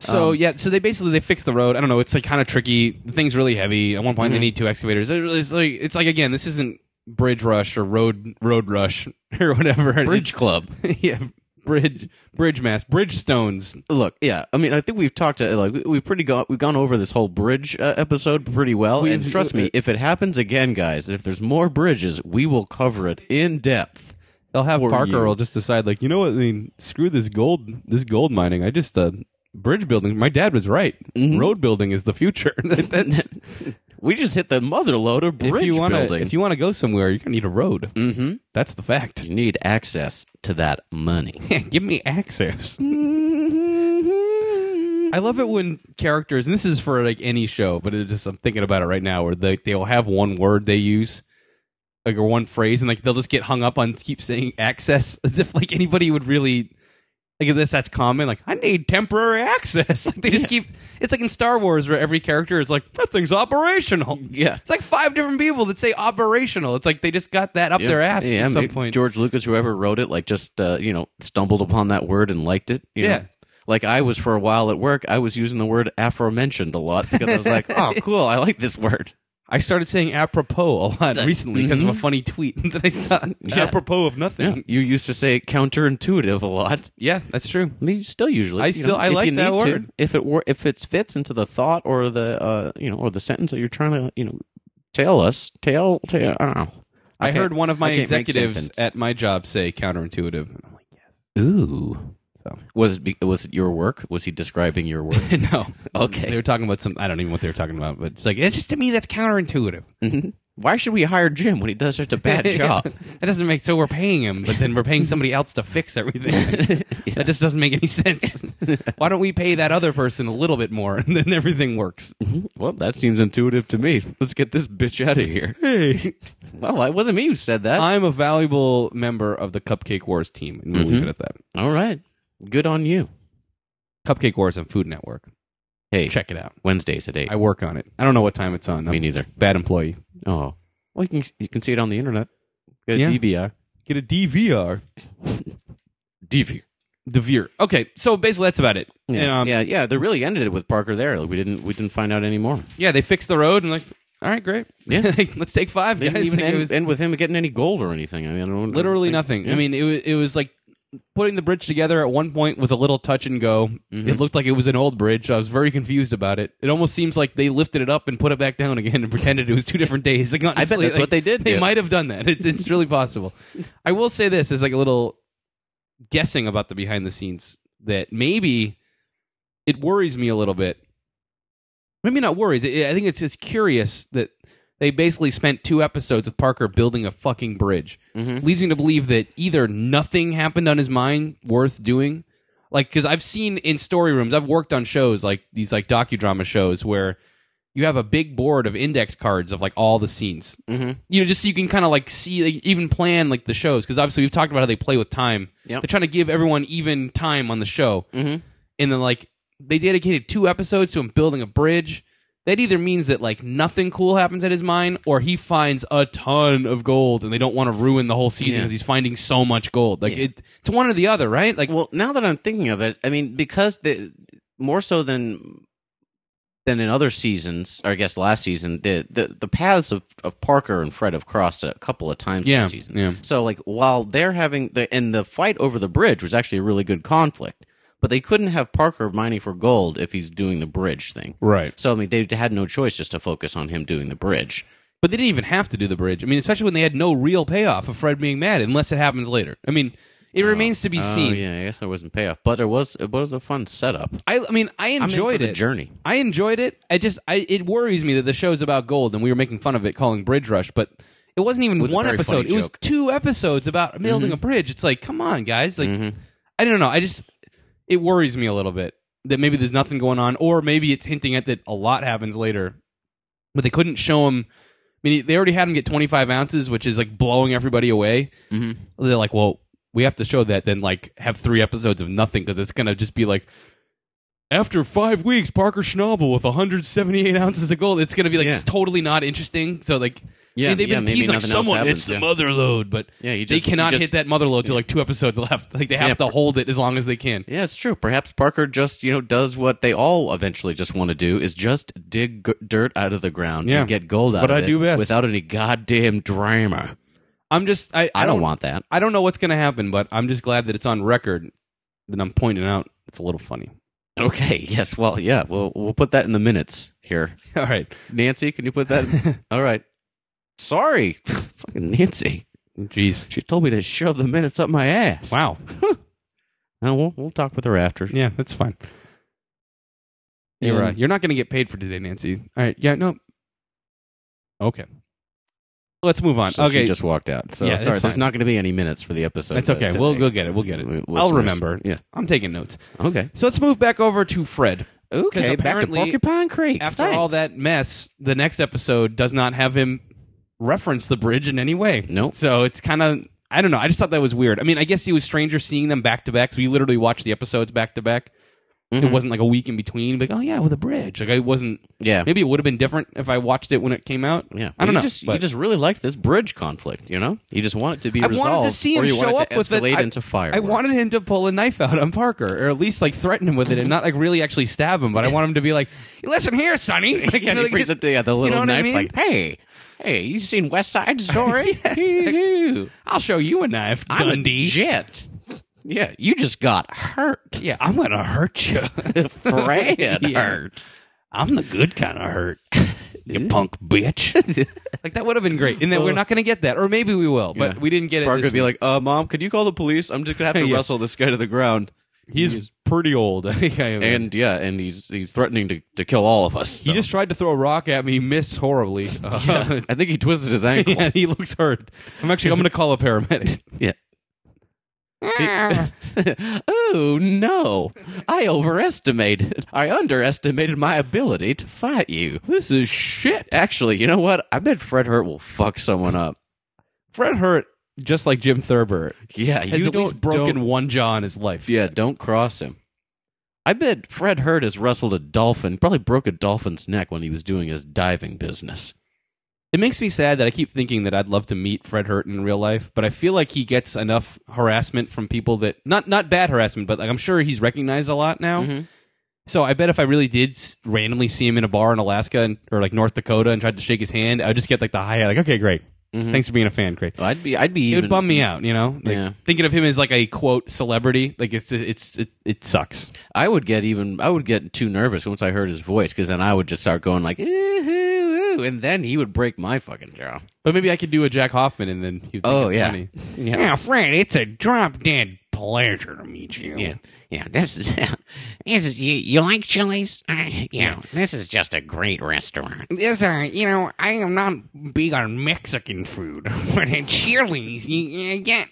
Speaker 1: So
Speaker 2: Um,
Speaker 1: yeah, so they basically they fix the road. I don't know. It's like kind of tricky. The thing's really heavy. At one point, they need two excavators. It really- It's like it's like again, this isn't bridge rush or road road rush <laughs> or whatever.
Speaker 2: Bridge Club.
Speaker 1: <laughs> yeah, bridge bridge mass bridge stones.
Speaker 2: Look, yeah. I mean, I think we've talked to like we- we've pretty got we've gone over this whole bridge uh, episode pretty well. and
Speaker 1: We've- uh,
Speaker 2: trust me, if it happens again, guys, if there's more bridges, we will cover it in depth.
Speaker 1: They'll have
Speaker 2: For
Speaker 1: Parker
Speaker 2: you.
Speaker 1: will just decide like you know what I mean. Screw this gold this gold mining. I just uh, bridge building. My dad was right. Road building is the future. <laughs> That's,
Speaker 2: We just hit the mother load of bridge
Speaker 1: if you want to
Speaker 2: building.
Speaker 1: if you want to go somewhere, you're gonna need a road.
Speaker 2: mm-hmm.
Speaker 1: That's the fact.
Speaker 2: you need access to that money. <laughs>
Speaker 1: <laughs> Give me access.
Speaker 2: Mm-hmm.
Speaker 1: I love it when characters, and this is for like any show, but it just I'm thinking about it right now, where they they'll have one word they use, like or one phrase, and like they'll just get hung up on keep saying access <laughs> as if like anybody would really like if this that's common. Like I need temporary access. <laughs> Like they just keep. It's like in Star Wars where every character is like that thing's
Speaker 2: <laughs>
Speaker 1: operational.
Speaker 2: Yeah.
Speaker 1: It's like five different people that say operational. It's like they just got that up
Speaker 2: Yeah.
Speaker 1: their ass
Speaker 2: Yeah,
Speaker 1: at some
Speaker 2: maybe
Speaker 1: point.
Speaker 2: George Lucas, whoever wrote it, like just uh, you know stumbled upon that word and liked it. you
Speaker 1: Yeah.
Speaker 2: know? Like I was for a while at work, I was using the word aforementioned a lot because I was
Speaker 1: <laughs>
Speaker 2: like, oh, cool, I like this word.
Speaker 1: I started saying apropos a
Speaker 2: <laughs>
Speaker 1: lot recently because
Speaker 2: mhm.
Speaker 1: of a funny tweet <laughs> that I saw.
Speaker 2: Yeah.
Speaker 1: Apropos of nothing.
Speaker 2: You used to say counterintuitive a lot.
Speaker 1: Yeah, that's true.
Speaker 2: I mean, you still usually.
Speaker 1: I
Speaker 2: you
Speaker 1: still- I
Speaker 2: if
Speaker 1: like
Speaker 2: you
Speaker 1: that
Speaker 2: need to,
Speaker 1: word.
Speaker 2: if it were, if it fits into the thought or the uh, you know or the sentence that you're trying to you know tell us tell tell. I don't know.
Speaker 1: I,
Speaker 2: can't-
Speaker 1: heard one of my
Speaker 2: I can't make
Speaker 1: executives
Speaker 2: sentence.
Speaker 1: at my job say counterintuitive. And I'm like,
Speaker 2: Ooh.
Speaker 1: So.
Speaker 2: Was it be- was it your work? Was he describing your work?
Speaker 1: <laughs> no.
Speaker 2: Okay.
Speaker 1: They were talking about some. I don't even know what they were talking about, but it's like it's just to me that's counterintuitive.
Speaker 2: Mm-hmm. Why should we hire Jim when he does such a <laughs> bad <laughs> job?
Speaker 1: that doesn't make so we're paying him, but then we're paying somebody else to fix
Speaker 2: <laughs>
Speaker 1: everything. <laughs> That just doesn't make any sense. Why don't we pay that other person a little bit more <laughs> and then everything works?
Speaker 2: well, that seems intuitive to me. Let's get this bitch out of here. Hey. <laughs> well, it wasn't me who said that.
Speaker 1: I'm a valuable member of the Cupcake Wars team, and we'll leave
Speaker 2: Mm-hmm.
Speaker 1: it at that.
Speaker 2: All right. Good on you.
Speaker 1: Cupcake Wars on Food Network.
Speaker 2: Hey,
Speaker 1: Check it out.
Speaker 2: Wednesdays at 8.
Speaker 1: I work on it. I don't know what time it's on.
Speaker 2: me
Speaker 1: I'm
Speaker 2: neither.
Speaker 1: a bad employee.
Speaker 2: Oh. Well, you can, you can see it on the internet. Go to
Speaker 1: Yeah.
Speaker 2: DVR.
Speaker 1: Get a DVR.
Speaker 2: DVR.
Speaker 1: DeVere. Okay, so basically that's about it.
Speaker 2: Yeah.
Speaker 1: And, um, yeah.
Speaker 2: yeah, yeah, they really ended it with Parker there. Like, we didn't we didn't find out any more.
Speaker 1: they fixed the road and like, all right, great. <laughs>
Speaker 2: Yeah.
Speaker 1: let's take five.
Speaker 2: They
Speaker 1: guys.
Speaker 2: didn't even
Speaker 1: Like,
Speaker 2: end,
Speaker 1: it was
Speaker 2: end with him getting any gold or anything. I mean, I don't,
Speaker 1: literally
Speaker 2: I don't
Speaker 1: nothing.
Speaker 2: think- Yeah.
Speaker 1: I mean, it was, it was like putting the bridge together at one point was a little touch and go.
Speaker 2: Mm-hmm.
Speaker 1: It looked like it was an old bridge. I was very confused about it. It almost seems like they lifted it up and put it back down again and <laughs> pretended it was two different days. Like, honestly,
Speaker 2: that's
Speaker 1: like,
Speaker 2: what they did
Speaker 1: They
Speaker 2: do.
Speaker 1: might have done that. It's it's really possible. I will say this is like a little guessing about the behind the scenes that maybe it worries me a little bit. Maybe not worries. It, I think it's it's curious that they basically spent two episodes with Parker building a fucking bridge, leads me to believe that either nothing happened on his mind worth doing, like because I've seen in story rooms, I've worked on shows like these like docudrama shows where you have a big board of index cards of like all the scenes, mm-hmm. you know, just so you can kind of like see like, even plan like the shows because obviously we've talked about how they play with time.
Speaker 2: Yep.
Speaker 1: They're trying to give everyone even time on the show, mm-hmm. and then like they dedicated two episodes to him building a bridge. That either means that like nothing cool happens at his mine, or he finds a ton of gold, and they don't want to ruin the whole season
Speaker 2: Yeah.
Speaker 1: because he's finding so much gold. Like
Speaker 2: Yeah.
Speaker 1: it, it's one or the other, right? Like
Speaker 2: well now that i'm thinking of it i mean because the more so than than in other seasons or i guess last season the the, the paths of, of parker and fred have crossed a couple of times
Speaker 1: Yeah,
Speaker 2: this season
Speaker 1: yeah.
Speaker 2: so like while they're having the and the fight over the bridge was actually a really good conflict but they couldn't have parker mining for gold if he's doing the bridge thing
Speaker 1: right.
Speaker 2: so i mean they had no choice just to focus on him doing the bridge
Speaker 1: But they didn't even have to do the bridge. I mean, especially when they had no real payoff of Fred being mad, unless it happens later. I mean, It remains to be
Speaker 2: Oh,
Speaker 1: seen.
Speaker 2: yeah, I guess there wasn't payoff, but it was. It was a fun setup.
Speaker 1: I, I mean, I
Speaker 2: I'm in for
Speaker 1: enjoyed
Speaker 2: the
Speaker 1: it.
Speaker 2: journey.
Speaker 1: I enjoyed it. I just, I, it worries me that the show's about gold, and we were making fun of it, calling Bridge Rush, but it wasn't even
Speaker 2: was a
Speaker 1: one
Speaker 2: very funny
Speaker 1: episode. It was
Speaker 2: joke. Mm-hmm.
Speaker 1: two episodes about building a bridge. It's like, come on, guys. Like, I don't know. I just, it worries me a little bit that maybe there's nothing going on, or maybe it's hinting at that a lot happens later, but they couldn't show him. I mean, they already had him get 25 ounces, which is like blowing everybody away.
Speaker 2: Mhm.
Speaker 1: They're like, well, we have to show that, then like have three episodes of nothing because it's gonna just be like. After five weeks, Parker Schnabel with 178 ounces of gold. It's going to be like
Speaker 2: Yeah.
Speaker 1: totally not interesting. So like,
Speaker 2: Yeah,
Speaker 1: I mean, they've
Speaker 2: yeah,
Speaker 1: been
Speaker 2: maybe
Speaker 1: teasing like
Speaker 2: nothing else
Speaker 1: someone
Speaker 2: happens,
Speaker 1: hits the
Speaker 2: yeah.
Speaker 1: mother load, but
Speaker 2: Yeah, you
Speaker 1: they
Speaker 2: just- you
Speaker 1: cannot
Speaker 2: just-
Speaker 1: hit that mother load till like two episodes <laughs> left. Like they have
Speaker 2: Yeah,
Speaker 1: to
Speaker 2: per-
Speaker 1: hold it as long as they can.
Speaker 2: Yeah, it's true. Perhaps Parker just you know does what they all eventually just want to do is just dig g- dirt out of the ground
Speaker 1: Yeah.
Speaker 2: and get gold out
Speaker 1: what
Speaker 2: of
Speaker 1: I
Speaker 2: it
Speaker 1: do best.
Speaker 2: without any goddamn drama.
Speaker 1: I'm just I,
Speaker 2: I,
Speaker 1: I,
Speaker 2: don't, want that.
Speaker 1: I don't know what's going to happen, but I'm just glad that it's on record. That I'm pointing out it's a little funny. <laughs>
Speaker 2: Okay. <laughs> Yes. Well. Yeah. We'll we'll put that in the minutes here.
Speaker 1: All right,
Speaker 2: Nancy, can you put
Speaker 1: <laughs>
Speaker 2: that? in- all right. Sorry, <laughs> fucking Nancy.
Speaker 1: jeez,
Speaker 2: She told me to shove the minutes up my ass.
Speaker 1: wow,
Speaker 2: No, we'll, we'll talk with her after.
Speaker 1: yeah, that's fine. You're uh, you're not going to get paid for today, Nancy. All right, yeah, no, okay. Let's move on.
Speaker 2: So
Speaker 1: okay,
Speaker 2: She just walked out. So
Speaker 1: Yeah, that's
Speaker 2: sorry. There's
Speaker 1: fine.
Speaker 2: not going to be any minutes for the episode.
Speaker 1: that's
Speaker 2: uh,
Speaker 1: okay.
Speaker 2: today.
Speaker 1: We'll go get it. We'll get it. I'll
Speaker 2: Listeners.
Speaker 1: remember.
Speaker 2: Yeah.
Speaker 1: I'm taking notes.
Speaker 2: Okay.
Speaker 1: So let's move back over to Fred.
Speaker 2: Okay. Back to
Speaker 1: apparently-
Speaker 2: Porcupine Creek.
Speaker 1: After
Speaker 2: Thanks.
Speaker 1: all that mess, the next episode does not have him reference the bridge in any way.
Speaker 2: Nope.
Speaker 1: So it's kind of I don't know. I just thought that was weird. I mean, I guess it was stranger seeing them back to back. So we literally watched the episodes back to back. It
Speaker 2: Mhm.
Speaker 1: wasn't like a week in between. Like, oh yeah, with a bridge. Like I wasn't.
Speaker 2: Yeah.
Speaker 1: Maybe it would have been different if I watched it when it came out.
Speaker 2: Yeah,
Speaker 1: I don't
Speaker 2: you
Speaker 1: know.
Speaker 2: Just, you
Speaker 1: but-
Speaker 2: just really liked this bridge conflict, you know. You just want it to be
Speaker 1: I
Speaker 2: resolved,
Speaker 1: wanted to see him
Speaker 2: or you want
Speaker 1: show
Speaker 2: it
Speaker 1: up
Speaker 2: to
Speaker 1: with it.
Speaker 2: escalate
Speaker 1: I-
Speaker 2: into fire.
Speaker 1: I wanted him to pull a knife out on Parker, or at least like threaten him with it, and not like really actually stab him. But I want him to be like, "Listen here, Sonny."
Speaker 2: <laughs>
Speaker 1: Like, you
Speaker 2: Yeah,
Speaker 1: know,
Speaker 2: he
Speaker 1: like,
Speaker 2: brings up the, yeah, the little
Speaker 1: know what I
Speaker 2: knife,
Speaker 1: mean?
Speaker 2: like, "Hey, hey, you seen West
Speaker 1: <laughs>
Speaker 2: Side Story?
Speaker 1: I'll show you a knife,
Speaker 2: I'm
Speaker 1: Dundee.
Speaker 2: a jet. Yeah, you just got hurt,
Speaker 1: yeah, I'm gonna hurt you. <laughs>
Speaker 2: <laughs> Fred
Speaker 1: Yeah.
Speaker 2: hurt.
Speaker 1: I'm the good kind of
Speaker 2: <laughs>
Speaker 1: hurt. you punk bitch. like that would have been great. And then we're not going to get that, or maybe we will, but
Speaker 2: Yeah.
Speaker 1: we didn't get it.
Speaker 2: Parker
Speaker 1: this
Speaker 2: would be
Speaker 1: week.
Speaker 2: like, "Uh, mom, could you call the police? I'm just gonna have
Speaker 1: <laughs>
Speaker 2: to
Speaker 1: Yeah.
Speaker 2: wrestle this guy to the ground."
Speaker 1: he's, pretty old. <laughs> and
Speaker 2: And yeah, and he's he's threatening to, to kill all of us.
Speaker 1: he
Speaker 2: so.
Speaker 1: just tried to throw a rock at me, missed horribly. <laughs> Uh,
Speaker 2: <laughs> Yeah, <laughs> I think he
Speaker 1: <laughs>
Speaker 2: twisted his ankle.
Speaker 1: yeah, he looks hurt. I'm actually. I'm going to call a paramedic.
Speaker 2: <laughs> oh no! I overestimated. I underestimated my ability to fight you.
Speaker 1: This is shit.
Speaker 2: Actually, you know what? I bet Fred Hurt will fuck someone up.
Speaker 1: <laughs> Fred Hurt, just like Jim Thurber,
Speaker 2: Yeah,
Speaker 1: has
Speaker 2: you
Speaker 1: at least
Speaker 2: don't,
Speaker 1: broken
Speaker 2: don't-
Speaker 1: one jaw in his life.
Speaker 2: yeah, don't cross him. I bet Fred Hurt has wrestled a dolphin. Probably broke a dolphin's neck when he was doing his diving business.
Speaker 1: It makes me sad that I keep thinking that I'd love to meet Fred Hurt in real life, but I feel like he gets enough harassment from people that not not bad harassment, but like I'm sure he's recognized a lot now.
Speaker 2: Mhm.
Speaker 1: So I bet if I really did s- randomly see him in a bar in Alaska and, or like North Dakota and tried to shake his hand, I'd just get like the high like okay, great,
Speaker 2: Mhm.
Speaker 1: thanks for being a fan, great.
Speaker 2: I'd be, I'd be.
Speaker 1: It
Speaker 2: Even,
Speaker 1: would bum me out, you know. Like,
Speaker 2: Yeah.
Speaker 1: Thinking of him as like a quote celebrity, like it's it's it, it sucks.
Speaker 2: I would get even. I would get too nervous once I heard his voice because then I would just start going like, ooh, ooh, ooh, and then he would break my fucking jaw.
Speaker 1: But maybe I could do a Jack Hoffman and then he'd think
Speaker 2: Oh
Speaker 1: it's
Speaker 2: yeah.
Speaker 6: <laughs>
Speaker 1: funny.
Speaker 2: yeah,
Speaker 3: Now, Fred, it's a drop dead pleasure to meet you.
Speaker 2: Yeah.
Speaker 6: Yeah, this is <laughs> this is you. You like Chili's? I, you know, this is just a
Speaker 3: <laughs>
Speaker 6: great restaurant.
Speaker 3: This, uh, you know, I am not big on Mexican
Speaker 6: <laughs>
Speaker 3: food, but at Chili's, you, you get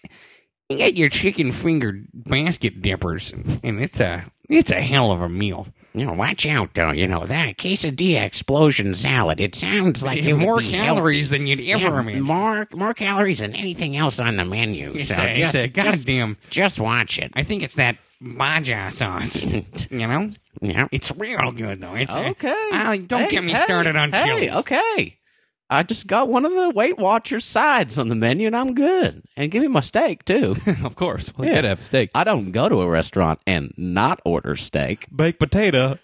Speaker 3: you get your chicken finger basket dippers, and it's a it's a hell of a meal.
Speaker 6: You know, watch out though. You know that quesadilla explosion salad. It sounds like it would
Speaker 3: more
Speaker 6: be
Speaker 3: calories than you'd
Speaker 6: healthy.
Speaker 3: ever
Speaker 6: Yeah,
Speaker 3: imagine.
Speaker 6: more more calories than anything else on the menu.
Speaker 3: It's,
Speaker 6: so
Speaker 3: a, it's
Speaker 6: just,
Speaker 3: a
Speaker 6: just
Speaker 3: goddamn.
Speaker 6: just watch it.
Speaker 3: I think it's that baja
Speaker 6: <laughs>
Speaker 3: sauce. You know,
Speaker 6: Yeah.
Speaker 3: it's real good though. It's a-
Speaker 2: Okay.
Speaker 3: Ah, don't
Speaker 2: Hey,
Speaker 3: get me
Speaker 2: hey,
Speaker 3: started on
Speaker 2: hey,
Speaker 3: Chili's.
Speaker 2: Okay. I just got one of the Weight Watchers sides on the menu, and I'm good. And give me my steak
Speaker 3: <laughs>
Speaker 2: too.
Speaker 1: <laughs> of course, well,
Speaker 2: Yeah.
Speaker 1: you gotta have steak.
Speaker 2: I don't go to a restaurant and not order
Speaker 3: <laughs>
Speaker 2: steak.
Speaker 1: Baked potato.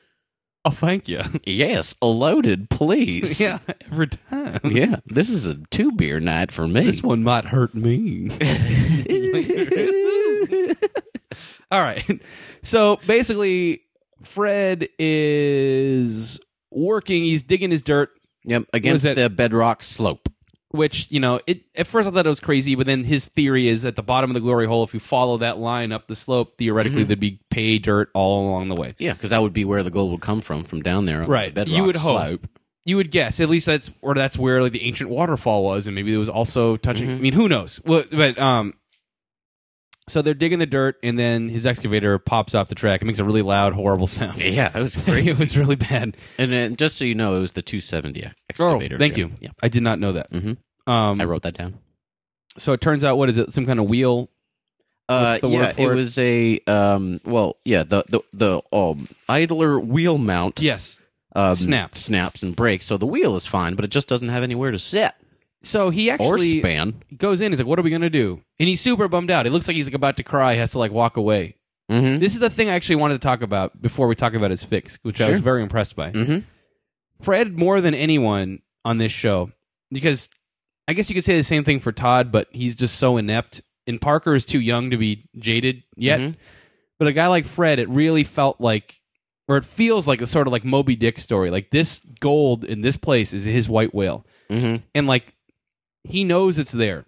Speaker 1: Oh,
Speaker 5: <laughs>
Speaker 1: thank you.
Speaker 2: Yes, loaded, please.
Speaker 1: Yeah, every time.
Speaker 2: Yeah. This is a two beer night for
Speaker 1: <laughs>
Speaker 2: me.
Speaker 1: This one might hurt <laughs> me. All right. So basically, Fred is working. He's digging his dirt.
Speaker 2: yep. Against
Speaker 1: that?
Speaker 2: the bedrock slope.
Speaker 1: which you know it at first i thought it was crazy but then his theory is at the bottom of the glory hole if you follow that line up the slope theoretically there'd be pay dirt all along the way
Speaker 2: Yeah, because that would be where the gold would come from, from down there. on the
Speaker 1: Right.
Speaker 2: bedrock
Speaker 1: You would hope.
Speaker 2: slope.
Speaker 1: you would guess at least that's or that's where like the ancient waterfall was and maybe it was also touching
Speaker 2: Mm-hmm.
Speaker 1: i mean who knows well, but um so they're digging the dirt and then his excavator pops off the track it makes a really loud horrible sound
Speaker 2: Yeah, that
Speaker 1: <laughs>
Speaker 2: was
Speaker 1: it
Speaker 2: crazy.
Speaker 1: was really bad
Speaker 2: <laughs> and then, just so you know, it was the 270 ex-
Speaker 1: oh,
Speaker 2: excavator.
Speaker 1: thank
Speaker 2: Jim.
Speaker 1: you
Speaker 2: Yeah,
Speaker 1: i did not know that
Speaker 2: Mhm.
Speaker 1: um
Speaker 2: I wrote that down.
Speaker 1: so it turns out what is it some kind of wheel
Speaker 2: Uh,
Speaker 1: What's the
Speaker 2: yeah,
Speaker 1: word for
Speaker 2: it
Speaker 1: it?
Speaker 2: was a um. Well, yeah, the the the um, idler wheel mount
Speaker 1: yes
Speaker 2: um,
Speaker 1: snap.
Speaker 2: snaps and breaks. So the wheel is fine, but it just doesn't have anywhere to sit
Speaker 1: so he actually
Speaker 2: or span.
Speaker 1: goes in. He's like, "What are we gonna do?" And he's super bummed out. He looks like he's like about to cry. Has to like walk away.
Speaker 2: Mm-hmm.
Speaker 1: This is the thing I actually wanted to talk about before we talk about his fix, which I was
Speaker 2: Sure.
Speaker 1: very impressed by.
Speaker 2: Mhm.
Speaker 1: Fred more than anyone on this show, because I guess you could say the same thing for Todd, but he's just so inept. And Parker is too young to be jaded yet.
Speaker 2: Mhm.
Speaker 1: But a guy like Fred, it really felt like, or it feels like a sort of like Moby Dick story. Like this gold in this place is his white whale.
Speaker 2: Mm-hmm.
Speaker 1: and like he knows it's there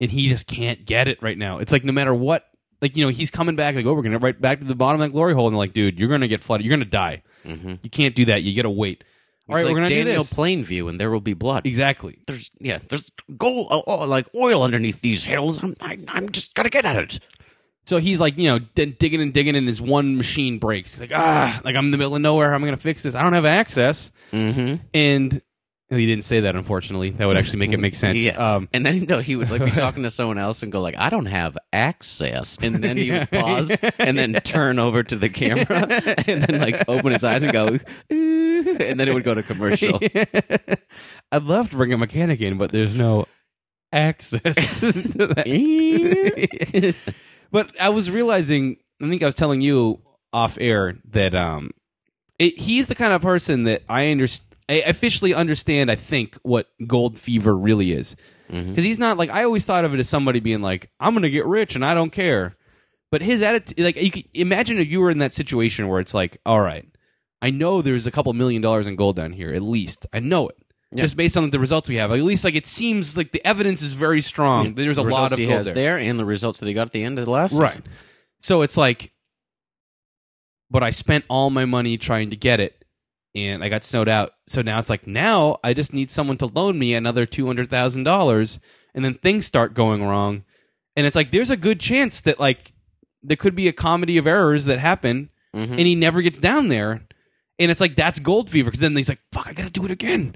Speaker 1: and he just can't get it right now it's like no matter what like you know he's coming back like oh we're gonna right back to the bottom of that glory hole and they're like dude you're gonna get flooded you're gonna die
Speaker 2: Mm-hmm.
Speaker 1: you can't do that you gotta wait all right we're gonna
Speaker 2: Daniel
Speaker 1: do this
Speaker 2: Plainview, and there will be blood.
Speaker 1: exactly
Speaker 2: There's yeah, there's gold, oh, oh, like oil underneath these hills. I'm I, I'm just gotta get at it.
Speaker 1: so he's like you know d- digging and digging and his one machine breaks he's like ah like i'm in the middle of nowhere how am i gonna fix this i don't have access
Speaker 2: Mm-hmm.
Speaker 1: and well, he didn't say that unfortunately that would actually make it
Speaker 2: <laughs>
Speaker 1: make sense
Speaker 2: Yeah.
Speaker 1: um
Speaker 2: And then no, he
Speaker 1: <laughs>
Speaker 2: would like be talking to someone else and go like, "I don't have access," and then
Speaker 1: <laughs>
Speaker 2: he would pause and then turn over to the camera and then like open his eyes and go,
Speaker 1: Um,
Speaker 2: <laughs> "Ooh," and then it would go
Speaker 1: <laughs>
Speaker 2: to commercial.
Speaker 1: I'd love to bring a mechanic in, but there's no access <laughs> to that. Mm-hmm. but I was realizing, I think I was telling you off air that um, it, he's the kind of person that I understand. I officially understand, I think, what gold fever really is. Because
Speaker 2: Mhm.
Speaker 1: he's not like, I always thought of it as somebody being like, I'm going to get rich and I don't care. But his attitude, like, you could, imagine if you were in that situation where it's like, all right, I know there's a couple million dollars in gold down here, at least. I know it. Just based on the results we have, at least like it seems like the evidence is very strong. that There's a
Speaker 2: The
Speaker 1: lot
Speaker 2: results
Speaker 1: of
Speaker 2: he
Speaker 1: gold
Speaker 2: has there and the results that he got at the end of the last
Speaker 1: Right.
Speaker 2: season.
Speaker 1: So it's like, but I spent all my money trying to get it, and I got snowed out. So now it's like now I just need someone to loan me another two hundred thousand dollars, and then things start going wrong, and it's like there's a good chance that like there could be a comedy of errors that happen,
Speaker 2: Mhm.
Speaker 1: and he never gets down there, and it's like that's gold fever because then he's like fuck I gotta do it again.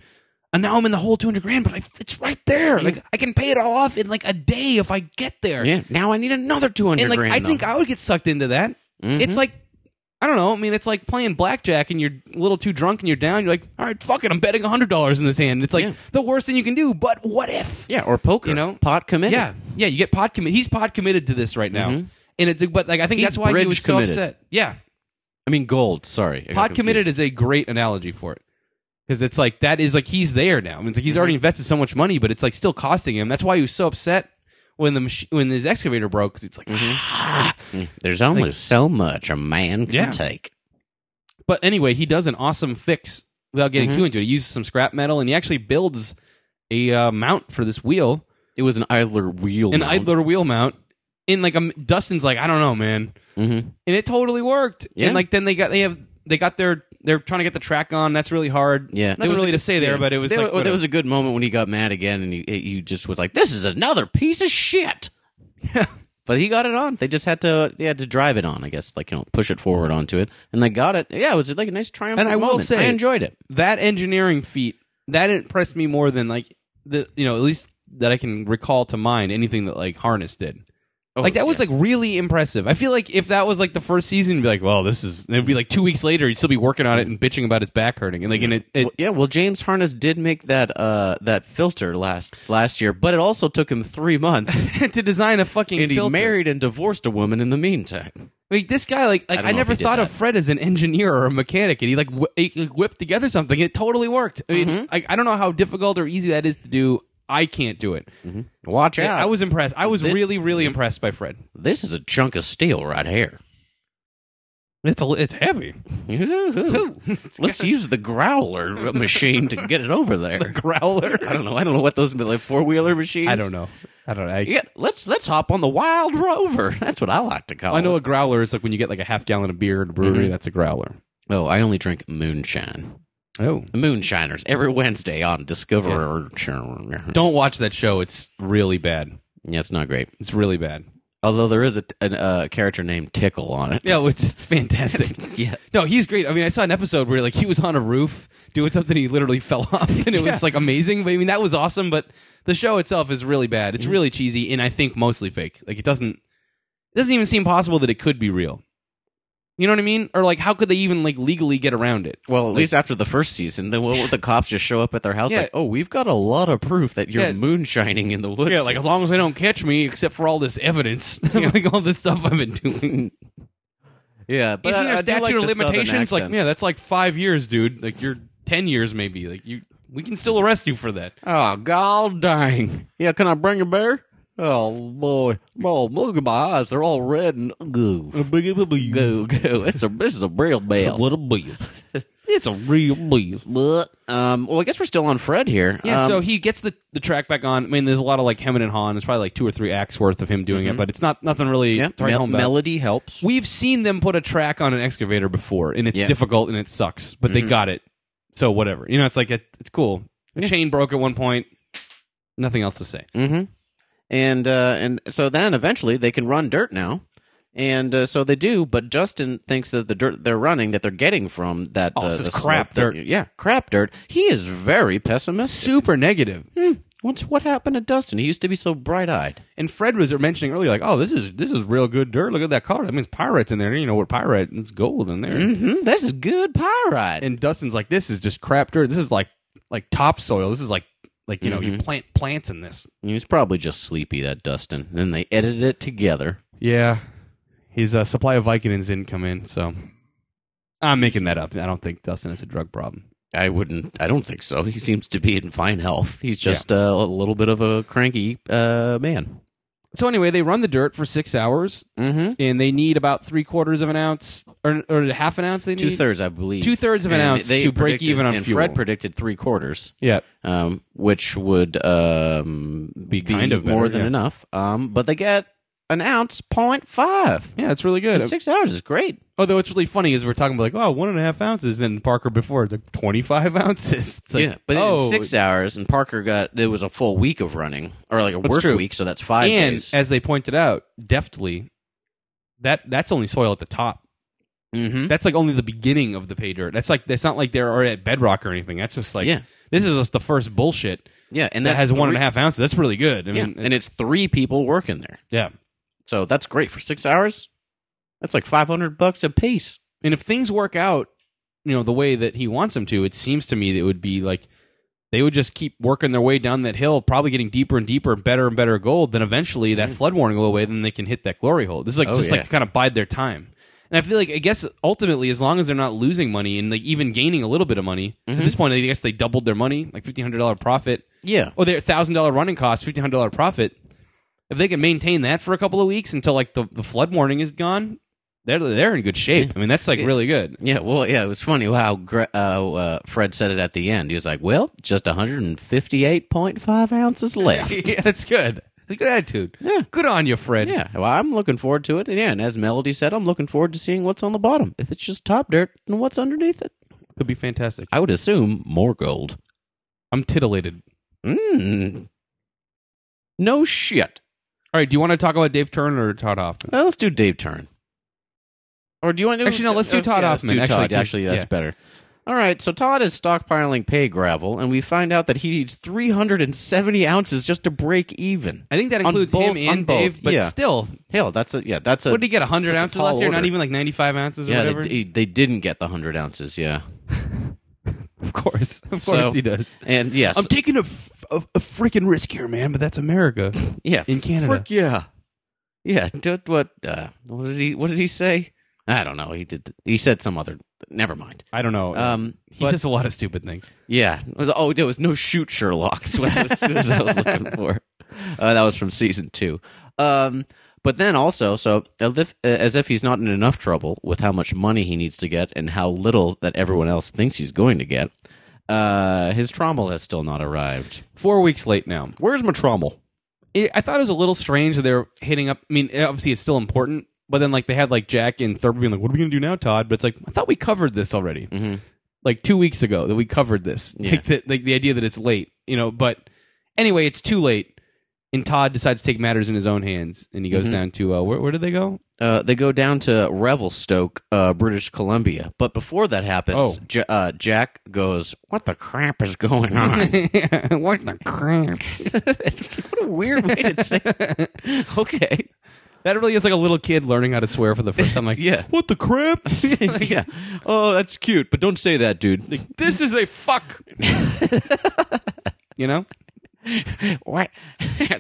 Speaker 1: And now I'm in the hole 200 grand, but I, it's right there. Like I can pay it all off in like a day if I get there
Speaker 2: Yeah. Now I need another two hundred.
Speaker 1: and like
Speaker 2: grand,
Speaker 1: I think
Speaker 2: though.
Speaker 1: I would get sucked into that.
Speaker 2: Mhm.
Speaker 1: It's like I don't know. I mean, it's like playing blackjack and you're a little too drunk and you're down. You're like, all right, fuck it, I'm betting hundred dollars in this hand. It's like
Speaker 2: Yeah.
Speaker 1: the worst thing you can do. But what if?
Speaker 2: yeah, or poker,
Speaker 1: you know?
Speaker 2: pot committed.
Speaker 1: Yeah, yeah. You get pot committed. He's pot committed to this right now,
Speaker 2: Mhm.
Speaker 1: and it's but like I think
Speaker 2: He's
Speaker 1: that's why he
Speaker 2: bridge
Speaker 1: was so
Speaker 2: committed.
Speaker 1: upset. Yeah,
Speaker 2: I mean gold. Sorry, I got
Speaker 1: pod committed
Speaker 2: confused.
Speaker 1: is a great analogy for it because it's like that is like he's there now. I mean, it's like
Speaker 2: Mm-hmm.
Speaker 1: he's already invested so much money, but it's like still costing him. That's why he was so upset when the mach- when his excavator broke. 'cause it's like
Speaker 2: Mm-hmm. Mm. There's only so much a man can
Speaker 1: Yeah.
Speaker 2: take.
Speaker 1: But anyway, he does an awesome fix without getting
Speaker 2: Mm-hmm.
Speaker 1: too into it. He uses some scrap metal and he actually builds a uh, mount for this wheel,
Speaker 2: It was an idler wheel.
Speaker 1: an idler wheel mount. And like, um, Dustin's like, I don't know, man,
Speaker 2: hmm
Speaker 1: and it totally worked.
Speaker 2: Yeah.
Speaker 1: And like, then they got they have they got their they're trying to get the track on. That's really hard.
Speaker 2: Yeah,
Speaker 1: nothing really to say there, but it was
Speaker 2: there,
Speaker 1: like
Speaker 2: there was a good moment when he got mad again, and he he just was like, "This is another piece of shit." <laughs> but he got it on. They just had to they had to drive it on, I guess, like you know, push it forward onto it, and they got it. Yeah, it was like a nice triumph.
Speaker 1: And I will
Speaker 2: moment.
Speaker 1: say-
Speaker 2: I enjoyed it.
Speaker 1: that engineering feat that impressed me more than like the you know at least that I can recall to mind anything that like Harness did.
Speaker 2: Oh,
Speaker 1: like that was like really impressive. I feel like if that was like the first season, you'd be like, well, this is. It'd be like two weeks later, he'd still be working on it and bitching about his back hurting, and like, and it, it
Speaker 2: Well, yeah, well, James Harness did make that uh, that filter last last year, but it also took him three
Speaker 1: <laughs>
Speaker 2: months,
Speaker 1: to design a fucking
Speaker 2: and he
Speaker 1: filter.
Speaker 2: married and divorced a woman in the meantime.
Speaker 1: Like this guy, like, like
Speaker 2: don't
Speaker 1: I,
Speaker 2: know
Speaker 1: never
Speaker 2: if he did
Speaker 1: thought
Speaker 2: that.
Speaker 1: of Fred as an engineer or a mechanic, and he like, wh- he, like, whipped together something. It totally worked. I
Speaker 2: Mm-hmm.
Speaker 1: mean, like I don't know how difficult or easy that is to do. I can't do it.
Speaker 2: Watch out!
Speaker 1: I was impressed. I was
Speaker 2: Thi-
Speaker 1: really, really impressed by Fred.
Speaker 2: this is a chunk of steel right here.
Speaker 1: It's a, it's heavy. <laughs>
Speaker 2: Let's use the growler machine to get it over there.
Speaker 1: Growler.
Speaker 2: I don't know. I don't know what those like four wheeler machines.
Speaker 1: I don't know. I don't know. I,
Speaker 2: Yeah, let's let's hop on the Wild Rover. <laughs> That's what I like to call.
Speaker 1: I know a
Speaker 2: It.
Speaker 1: growler is like when you get like a half gallon of beer at a brewery. That's a growler.
Speaker 2: Oh, I only drink moonshine.
Speaker 1: Oh,
Speaker 2: The Moonshiners every Wednesday on Discover. Yeah,
Speaker 1: don't watch that show. It's really bad.
Speaker 2: it's not great.
Speaker 1: It's really bad.
Speaker 2: Although there is a an, uh, character named Tickle
Speaker 1: <laughs>
Speaker 2: on it.
Speaker 1: Yeah, it's fantastic.
Speaker 2: Yeah.
Speaker 1: <laughs> No, he's great. I mean, I saw an episode where like he was on a roof doing something, he literally <laughs> fell off, and it was like amazing. But I mean, that was awesome. But the show itself is really bad. It's really cheesy, and I think mostly fake. Like it doesn't, it doesn't even seem possible that it could be real. You know what I mean? Or like, how could they even like legally get around it?
Speaker 2: Well, at least after the first season, then what would the cops just show up at their house
Speaker 1: Yeah.
Speaker 2: like, "Oh, we've got a lot of proof that you're
Speaker 1: Yeah.
Speaker 2: moonshining in the woods."
Speaker 1: Yeah, like as long as they don't catch me, except for all this evidence, <laughs> like all this stuff I've been doing.
Speaker 2: yeah, but
Speaker 1: Isn't
Speaker 2: I-
Speaker 1: there
Speaker 2: I do
Speaker 1: statute
Speaker 2: like
Speaker 1: of
Speaker 2: the southern
Speaker 1: limitations? Like,
Speaker 2: accents.
Speaker 1: yeah, that's like five years, dude. Like you're ten years, maybe. Like you, we can still arrest you for that.
Speaker 2: Oh god dang! Yeah, can I bring a bear? Oh boy, oh look at my eyes; they're all red and goo, goo, goo. It's a this is a real mess.
Speaker 1: bill. it's a real bill.
Speaker 2: But, um, well, I guess we're still on Fred here.
Speaker 1: Yeah,
Speaker 2: Um,
Speaker 1: so he gets the, the track back on. I mean, there's a lot of like hemming and hawing. It's probably like two or three acts worth of him doing it, but it's not nothing really
Speaker 2: yeah,
Speaker 1: to write
Speaker 2: mel-
Speaker 1: home about.
Speaker 2: melody helps.
Speaker 1: We've seen them put a track on an excavator before, and it's
Speaker 2: Yeah.
Speaker 1: difficult and it sucks, but they got it. So whatever, you know, it's like it, it's cool. The chain broke at one point. Nothing else to say.
Speaker 2: hmm And uh, and so then eventually they can run dirt now, and uh, so they do. But Justin thinks that the dirt they're running that they're getting from that
Speaker 1: Oh,
Speaker 2: uh,
Speaker 1: this is
Speaker 2: the
Speaker 1: crap
Speaker 2: slope that- yeah, crap dirt. He is very pessimistic.
Speaker 1: Super negative.
Speaker 2: What's what happened to Dustin? He used to be so bright eyed.
Speaker 1: And Fred was mentioning earlier, like, oh, this is this is real good dirt. Look at that color. That means pirates in there. You know what pirate? It's gold in there.
Speaker 2: Mm-hmm, this is good pyrite.
Speaker 1: And Dustin's like, this is just crap dirt. This is like like topsoil. This is like like you know
Speaker 2: Mm-hmm.
Speaker 1: you plant plants in this.
Speaker 2: he was probably just sleepy, that Dustin. Then they edited it together.
Speaker 1: Yeah, his uh, supply of Vicodins didn't come in, so I'm making that up. I don't think Dustin has a drug problem.
Speaker 2: I wouldn't. I don't think so. He seems to be in fine health. He's just uh, a little bit of a cranky uh, man.
Speaker 1: So anyway, they run the dirt for six hours,
Speaker 2: Mm-hmm.
Speaker 1: and they need about three quarters of an ounce or, or half an ounce. They need
Speaker 2: Two thirds, I believe.
Speaker 1: two thirds of an
Speaker 2: And
Speaker 1: ounce
Speaker 2: they
Speaker 1: to break
Speaker 2: predicted-
Speaker 1: even on
Speaker 2: and
Speaker 1: fuel.
Speaker 2: Fred predicted three quarters,
Speaker 1: yeah,
Speaker 2: um, which would um, be
Speaker 1: kind of better,
Speaker 2: more than
Speaker 1: yeah.
Speaker 2: enough. Um, but they get an ounce point five.
Speaker 1: yeah, it's really good.
Speaker 2: In six hours is great.
Speaker 1: Although it's really funny is we're talking about like, oh, one and a half ounces. Then Parker before it's like twenty five <laughs> ounces. It's like,
Speaker 2: yeah, but
Speaker 1: oh,
Speaker 2: in six hours, and Parker got it was a full week of running, or like a
Speaker 1: That's
Speaker 2: work
Speaker 1: true.
Speaker 2: week, so that's five
Speaker 1: and
Speaker 2: days.
Speaker 1: as they pointed out deftly, that that's only soil at the top.
Speaker 2: mm-hmm.
Speaker 1: That's like only the beginning of the pay dirt. That's like that's not like they're already at bedrock or anything. That's just like
Speaker 2: Yeah.
Speaker 1: this is just the first bullshit
Speaker 2: Yeah, and
Speaker 1: that
Speaker 2: that's
Speaker 1: has one and a
Speaker 2: three-
Speaker 1: half ounces. That's really good. I
Speaker 2: Yeah,
Speaker 1: mean,
Speaker 2: and it's three people working there,
Speaker 1: yeah.
Speaker 2: so that's great for six hours. That's like five hundred bucks a piece.
Speaker 1: And if things work out, you know, the way that he wants them to, it seems to me that it would be like they would just keep working their way down that hill, probably getting deeper and deeper, better and better gold. Then eventually that flood warning will go away, then they can hit that glory hole. This is like
Speaker 2: Mhm. Oh,
Speaker 1: just
Speaker 2: yeah.
Speaker 1: like kind of bide their time. And I feel like I guess ultimately, as long as they're not losing money and like even gaining a little bit of money,
Speaker 2: Mm-hmm.
Speaker 1: at this point I guess they doubled their money, like fifteen hundred dollar profit.
Speaker 2: Yeah,
Speaker 1: Or their Oh, thousand dollar running cost, fifteen hundred dollar profit. If they can maintain that for a couple of weeks until like the, the flood warning is gone, they're they're in good shape. I mean, that's like really good.
Speaker 2: Yeah, well, yeah, it was funny how Gre- uh, uh, Fred said it at the end. He was like, "Well, just 158.5
Speaker 1: <laughs>
Speaker 2: ounces left."
Speaker 1: <laughs> yeah, that's good. That's a good attitude.
Speaker 2: Yeah.
Speaker 1: Good on you, Fred.
Speaker 2: yeah, well, I'm looking forward to it. And yeah, and as Melody said, I'm looking forward to seeing what's on the bottom. If it's just top dirt, then what's underneath it?
Speaker 1: Could be fantastic.
Speaker 2: I would assume more gold.
Speaker 1: I'm titillated. Hmm.
Speaker 2: Mm. No shit.
Speaker 1: All right, do you want to talk about Dave Turner or Todd Hoffman?
Speaker 2: Well, let's do Dave Turn. Or do you want to
Speaker 1: Actually, no, let's do
Speaker 2: uh,
Speaker 1: Todd
Speaker 2: yeah, let's
Speaker 1: Hoffman.
Speaker 2: do
Speaker 1: Actually,
Speaker 2: Todd.
Speaker 1: please.
Speaker 2: Actually, that's
Speaker 1: Yeah.
Speaker 2: better. All right, so Todd is stockpiling pay gravel, and we find out that he needs 370 ounces just to break even.
Speaker 1: I think that
Speaker 2: On
Speaker 1: includes
Speaker 2: both-
Speaker 1: him
Speaker 2: on
Speaker 1: and
Speaker 2: both,
Speaker 1: Dave, but
Speaker 2: yeah.
Speaker 1: still,
Speaker 2: Hell, that's a yeah, that's a.
Speaker 1: what did he get? 100
Speaker 2: That's a
Speaker 1: ounces
Speaker 2: tall
Speaker 1: last year? Not
Speaker 2: order.
Speaker 1: even like 95 ounces or
Speaker 2: yeah,
Speaker 1: whatever?
Speaker 2: they, d- they didn't get the 100 ounces, yeah,
Speaker 1: Of <laughs> course. Of course
Speaker 2: So-
Speaker 1: he does.
Speaker 2: and yes,
Speaker 1: I'm taking a, f- a, a freaking risk here, man, but that's America.
Speaker 2: yeah,
Speaker 1: in Canada.
Speaker 2: frick yeah, yeah. d- What uh, what did he what did he say? I don't know. He did. He said some other. Never mind.
Speaker 1: I don't know.
Speaker 2: Um,
Speaker 1: he
Speaker 2: but-
Speaker 1: says a lot of stupid things.
Speaker 2: Yeah. It was- oh, there was no shoot <laughs> Sherlock's what I was, was I was looking for. Uh, that was from season two. Um, But then also, so as if, as if he's not in enough trouble with how much money he needs to get and how little that everyone else thinks he's going to get, uh, his trommel has still not arrived.
Speaker 1: Four weeks late now.
Speaker 2: Where's my trommel?
Speaker 1: It, I thought it was a little strange that they're hitting up. I mean, obviously it's still important, but then like they had like Jack and Thurber being like, "What are we gonna do now, Todd?" But it's like I thought we covered this already,
Speaker 2: Mhm.
Speaker 1: like two weeks ago that we covered this.
Speaker 2: Yeah.
Speaker 1: Like, the, like the idea that it's late, you know. But anyway, it's too late, and Todd decides to take matters in his own hands, and he goes
Speaker 2: Mhm.
Speaker 1: down to uh, where, where did they go?
Speaker 2: Uh, they go down to Revelstoke, uh, British Columbia. But before that happens,
Speaker 1: Oh.
Speaker 2: J- uh, Jack goes, "What the crap is going on?"
Speaker 3: what the crap?
Speaker 2: <laughs> what a weird way to say. <laughs> okay,
Speaker 1: That really is like a little kid learning how to swear for the first time. Like,
Speaker 2: <laughs> yeah,
Speaker 4: What the crap?
Speaker 2: yeah. Oh, that's cute, but don't say that, dude. Like,
Speaker 1: this is a fuck. you know. <laughs>
Speaker 6: What?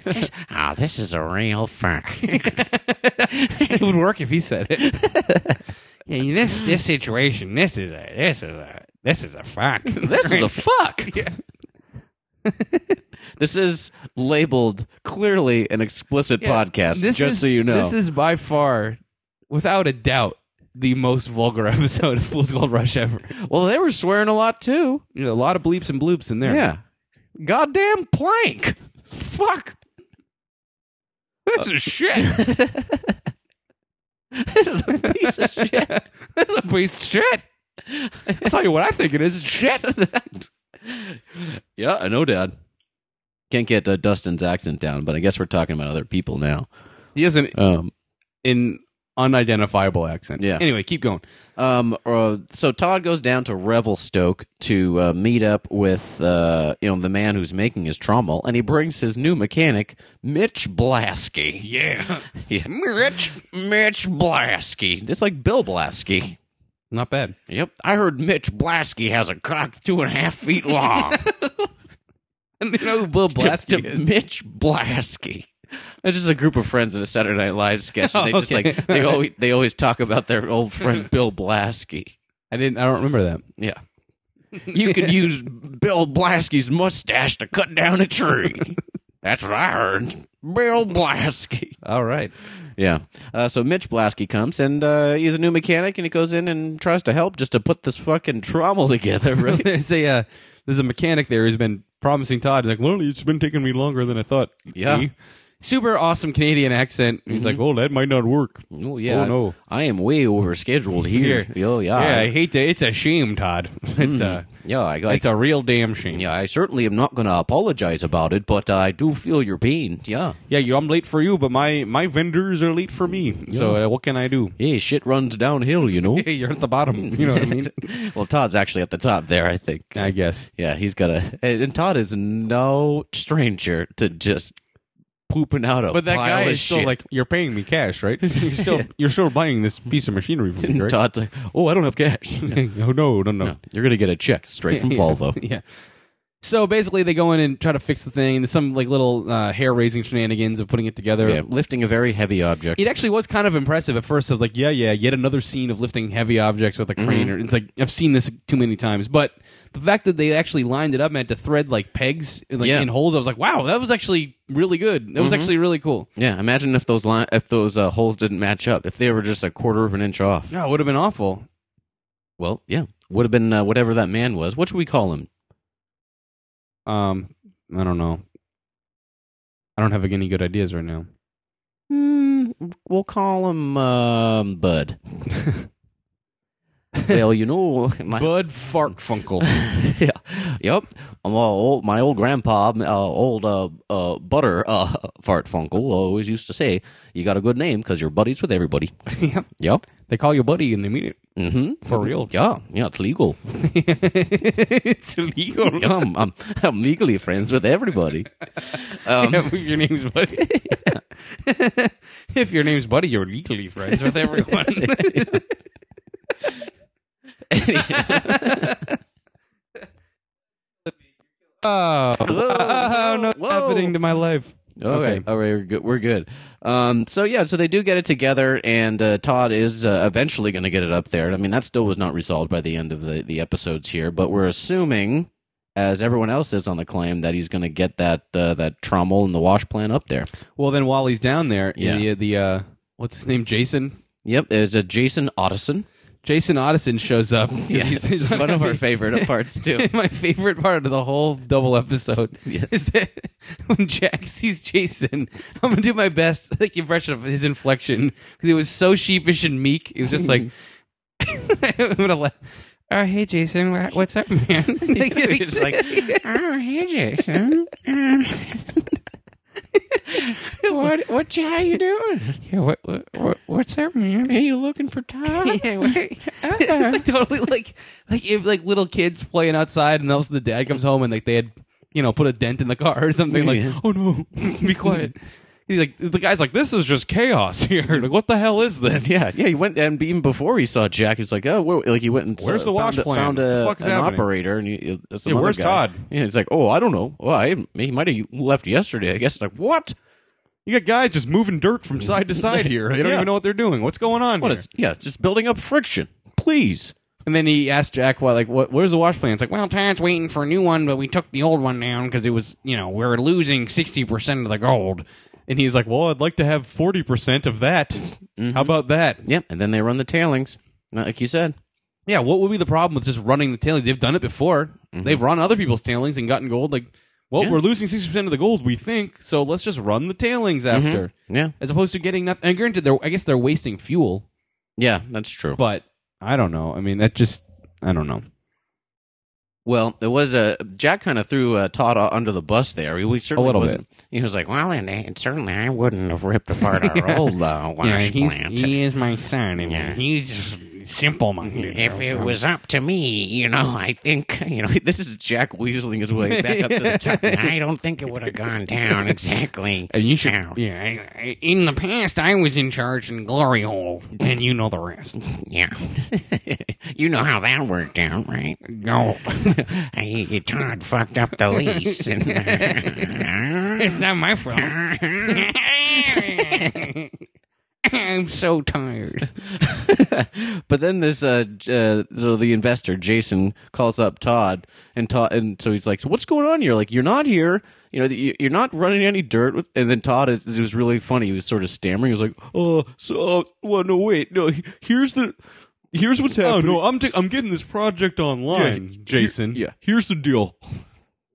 Speaker 6: this, oh, this is a real fuck.
Speaker 1: it would work if he said it.
Speaker 3: Yeah, this this situation, this is a this is a this is a fuck.
Speaker 2: <laughs> this is a fuck. <laughs> this is labeled clearly an explicit
Speaker 1: Yeah,
Speaker 2: podcast.
Speaker 1: This
Speaker 2: Just
Speaker 1: is-
Speaker 2: so you know,
Speaker 1: this is by far, without a doubt, the most vulgar <laughs> episode of Fool's Gold Rush ever.
Speaker 2: well, they were swearing a lot too.
Speaker 1: You know, a lot of bleeps and bloops in there.
Speaker 2: Yeah. Goddamn plank. Fuck.
Speaker 3: this is
Speaker 2: <laughs>
Speaker 3: shit.
Speaker 2: Piece of shit.
Speaker 1: that's a piece of shit. I'll tell you what I think it is. It's shit.
Speaker 2: yeah, I know, Dad. Can't get uh, Dustin's accent down, but I guess we're talking about other people now.
Speaker 1: He has an,
Speaker 2: Um,
Speaker 1: an unidentifiable accent.
Speaker 2: Yeah.
Speaker 1: Anyway, keep going.
Speaker 2: um, uh, so Todd goes down to Revelstoke to uh, meet up with uh, you know the man who's making his trommel, and he brings his new mechanic, Mitch Blasky.
Speaker 3: Yeah.
Speaker 2: <laughs> Yeah.
Speaker 3: Rich.
Speaker 2: Mitch Blasky. It's like Bill Blasky.
Speaker 1: Not bad. <laughs>
Speaker 2: Yep, I heard Mitch Blasky has a cock two and a half feet long.
Speaker 1: And you know who <laughs> Bill
Speaker 2: to,
Speaker 1: Blasky
Speaker 2: to
Speaker 1: is?
Speaker 2: Mitch Blasky. It's just a group of friends in a Saturday Night Live sketch. And they
Speaker 1: Oh,
Speaker 2: just
Speaker 1: okay.
Speaker 2: like they always they always talk about their old friend Bill Blasky.
Speaker 1: I didn't. I don't remember that.
Speaker 2: Yeah, <laughs> you could use Bill Blasky's mustache to cut down a <laughs> tree. That's what I heard. Bill Blasky.
Speaker 1: All right. <laughs>
Speaker 2: Yeah. Uh, so Mitch Blasky comes and uh, he's a new mechanic and he goes in and tries to help just to put this fucking trommel together. Really.
Speaker 1: there's a uh, there's a mechanic there who's been promising Todd like, well, it's been taking me longer than I thought.
Speaker 2: <laughs> Yeah.
Speaker 1: Eh? Super awesome Canadian accent.
Speaker 5: He's like, oh, that might not work.
Speaker 2: Oh yeah.
Speaker 5: Oh, no.
Speaker 2: I am way overscheduled here. Oh
Speaker 1: Yeah,
Speaker 2: yeah. I-
Speaker 1: I Mm-hmm. hate to. It's a shame, Todd. <laughs> It's a
Speaker 2: yeah. I got.
Speaker 1: it's a real damn shame.
Speaker 2: <laughs> Yeah, I certainly am not going to apologize about it, but I do feel your pain. Yeah.
Speaker 1: yeah. You, I'm late for you, but my my vendors are late for me. So uh, what can I do?
Speaker 2: Hey, shit runs downhill, you <laughs> know?
Speaker 1: <laughs> Hey, you're at the bottom. You know what I mean?
Speaker 2: well, Todd's actually at the top there, I think.
Speaker 1: <laughs> I guess.
Speaker 2: Yeah, he's got a. And and Todd is no stranger to just pooping out a
Speaker 1: But that
Speaker 2: pile
Speaker 1: guy
Speaker 2: of
Speaker 1: is still
Speaker 2: shit.
Speaker 1: like, you're paying me cash, <laughs> right? You're still you're still buying this piece of machinery from me,
Speaker 2: <laughs> And
Speaker 1: right?
Speaker 2: Todd's like, oh, I don't
Speaker 1: <laughs>
Speaker 2: have cash. No,
Speaker 1: oh <laughs> no, no, no.
Speaker 2: You're going to get a check straight from Volvo.
Speaker 1: <laughs> yeah. So basically, they go in and try to fix the thing. There's some like little uh, hair raising shenanigans of putting it together.
Speaker 2: Yeah, lifting a very heavy object.
Speaker 1: It actually was kind of impressive at first. Of like, yeah, yeah, yet another scene of lifting heavy objects with a crane. Or, it's like I've seen this too many times. But the fact that they actually lined it up and had to thread like pegs like,
Speaker 2: Yeah.
Speaker 1: in holes, I was like, wow, that was actually really good. That was actually really cool.
Speaker 2: Yeah, imagine if those line, if those uh, holes didn't match up, if they were just a quarter of an inch off.
Speaker 1: No, it would have been awful.
Speaker 2: Well, yeah, would have been uh, whatever that man was. What should we call him?
Speaker 1: Um, I don't know. I don't have any good ideas right now.
Speaker 2: Hmm, we'll call him um, Bud. <laughs> well,
Speaker 1: <laughs>
Speaker 2: you know, my
Speaker 1: Bud Fartfunkle.
Speaker 2: <laughs> yeah, yep. Um, uh, old, my old grandpa, uh, old uh, uh, Butter uh, <laughs> Fartfunkel, always used to say, "You got a good name because you're buddies with everybody."
Speaker 1: <laughs>
Speaker 2: <laughs>
Speaker 1: yep.
Speaker 2: Yep.
Speaker 1: They call you buddy and they mean it.
Speaker 2: Mm-hmm.
Speaker 1: For
Speaker 2: <laughs>
Speaker 1: real. <laughs>
Speaker 2: Yeah. Yeah. It's legal. <laughs>
Speaker 1: it's illegal.
Speaker 2: Yeah, I'm, I'm, I'm legally friends
Speaker 1: <laughs>
Speaker 2: with everybody. Um,
Speaker 1: if <laughs> your name's Buddy. if your name's Buddy, you're legally friends with
Speaker 2: <laughs>
Speaker 1: everyone. <laughs> oh,
Speaker 2: <laughs>
Speaker 1: Ah,
Speaker 2: Whoa,
Speaker 1: <laughs> no,
Speaker 2: whoa.
Speaker 1: happening to my life.
Speaker 2: Okay.
Speaker 1: Okay.
Speaker 2: All right. We're good. We're good. Um, so yeah. So they do get it together, and uh, Todd is uh, eventually going to get it up there. I mean, that still was not resolved by the end of the, the episodes here, but we're assuming as everyone else is on the claim that he's going to get that uh, that trommel and the wash plan up there.
Speaker 1: Well, then while he's down there,
Speaker 2: Yeah.
Speaker 1: the the uh, what's his name, Jason.
Speaker 2: Yep, there's a Jason Otteson.
Speaker 1: Jason Odison shows <laughs> up. 'cause he's,
Speaker 2: this is
Speaker 1: he's
Speaker 2: one of <laughs> our favorite parts too.
Speaker 1: <laughs> My favorite part of the whole double episode
Speaker 2: Yeah.
Speaker 1: is that <laughs> when Jack sees Jason, I'm gonna do my best <laughs> like impression of his inflection because it was so sheepish and meek. It was just like <laughs> I'm gonna <laughs> laugh.
Speaker 3: uh,
Speaker 1: Oh, hey Jason, wha- what's up, man?
Speaker 6: <laughs>
Speaker 3: <laughs>
Speaker 2: You're just
Speaker 1: <laughs>
Speaker 2: like,
Speaker 6: Oh, hey, <laughs> Jason. Uh, what, what, you- how you doing?
Speaker 3: Yeah, what, what, what what's up, man?
Speaker 6: Are you looking
Speaker 2: <laughs>
Speaker 6: for Todd?
Speaker 1: Yeah,
Speaker 6: <laughs>
Speaker 1: right.
Speaker 3: Uh-huh.
Speaker 1: it's like totally <laughs> like like if, like little kids playing outside, and all of a sudden the dad comes home and like they had you know put a dent in the car or something. Like,
Speaker 2: Yeah.
Speaker 1: oh no, <laughs> be quiet. He's like the guy's like, this is just chaos <laughs> here. Like, what the hell is this?
Speaker 2: <laughs> yeah, yeah. He went and even before he saw Jack, he's like, oh, where, like he went and
Speaker 5: Where's
Speaker 2: saw-
Speaker 5: the wash
Speaker 2: found, a-
Speaker 5: plan?
Speaker 2: Found a,
Speaker 5: The fuck is
Speaker 2: an
Speaker 5: happening?
Speaker 2: operator and he, uh, some
Speaker 5: Yeah,
Speaker 2: other
Speaker 5: where's
Speaker 2: guy.
Speaker 5: Todd?
Speaker 2: Yeah, it's like, oh, I don't know. Well, I he might have left yesterday. I guess. Like what?
Speaker 5: You got guys just moving dirt from
Speaker 2: <laughs>
Speaker 5: side to side here. They don't
Speaker 2: Yeah.
Speaker 5: even know what they're doing. What's going on?
Speaker 2: What
Speaker 5: here?
Speaker 2: is? Yeah, it's just building up friction. Please.
Speaker 1: And then he asked Jack, why like what? Where's the wash plan? It's like, well,
Speaker 3: Well, Todd's waiting for a new one, but we took the old one down because it was, you know, we were losing 60% of the gold.
Speaker 1: and he's like, well,
Speaker 5: Well, I'd like to have forty percent of that.
Speaker 2: Mm-hmm.
Speaker 5: How about that?
Speaker 2: Yep. And then they run the tailings, Not like you said.
Speaker 1: yeah. What would be the problem with just running the tailings? They've done it before.
Speaker 5: Mm-hmm.
Speaker 1: They've run other people's tailings and gotten gold. Like, well,
Speaker 2: Yeah.
Speaker 1: we're losing sixty percent of the gold, we think. So let's just run the tailings
Speaker 5: Mm-hmm.
Speaker 2: Mhm.
Speaker 1: after.
Speaker 2: Yeah.
Speaker 1: as opposed to getting nothing. And granted, they're I guess they're wasting fuel,
Speaker 2: Yeah, that's true.
Speaker 1: but I don't know. I mean, that just I don't know.
Speaker 2: Well, it was a Jack kind of threw uh, Todd uh, under the bus there. He we certainly
Speaker 1: little
Speaker 2: wasn't, He was like,
Speaker 6: Well, and, and certainly I wouldn't have ripped apart our old uh,
Speaker 3: <laughs>
Speaker 6: wash
Speaker 3: Yeah, he's,
Speaker 6: plant.
Speaker 3: he is my son, and
Speaker 6: Yeah. Mm-hmm.
Speaker 3: he's just simple minded.
Speaker 6: if it was up to me, you know, I think, you know,
Speaker 2: <laughs> "This is Jack weaseling his way back up to
Speaker 5: <laughs>
Speaker 2: the top."
Speaker 6: I don't think it would have gone down exactly.
Speaker 3: And you should.
Speaker 6: Now.
Speaker 3: Yeah, I, I, in the past, I was in charge in Glory Hole, and you know the
Speaker 6: <laughs>
Speaker 3: rest.
Speaker 6: Yeah. you know how that worked out, right?
Speaker 3: Gold.
Speaker 6: I, Todd fucked up the lease. uh,
Speaker 3: <laughs>
Speaker 6: And
Speaker 3: it's not my fault. I'm so tired.
Speaker 2: <laughs> but then this, uh, j- uh, so the investor Jason calls up Todd, and Todd, and so he's like, "So what's going on here? Like, you're not here. You know, you- you're not running any dirt." With, and then Todd is, it was really funny. He was sort of stammering. He was like,
Speaker 4: Oh, so uh, well, no, wait, no. he- Here's the, here's
Speaker 5: <laughs>
Speaker 4: what's
Speaker 5: Oh
Speaker 4: happening.
Speaker 5: no, I'm i I'm getting this project online, Jason.
Speaker 2: "Yeah, Hmm.
Speaker 4: Here's the deal.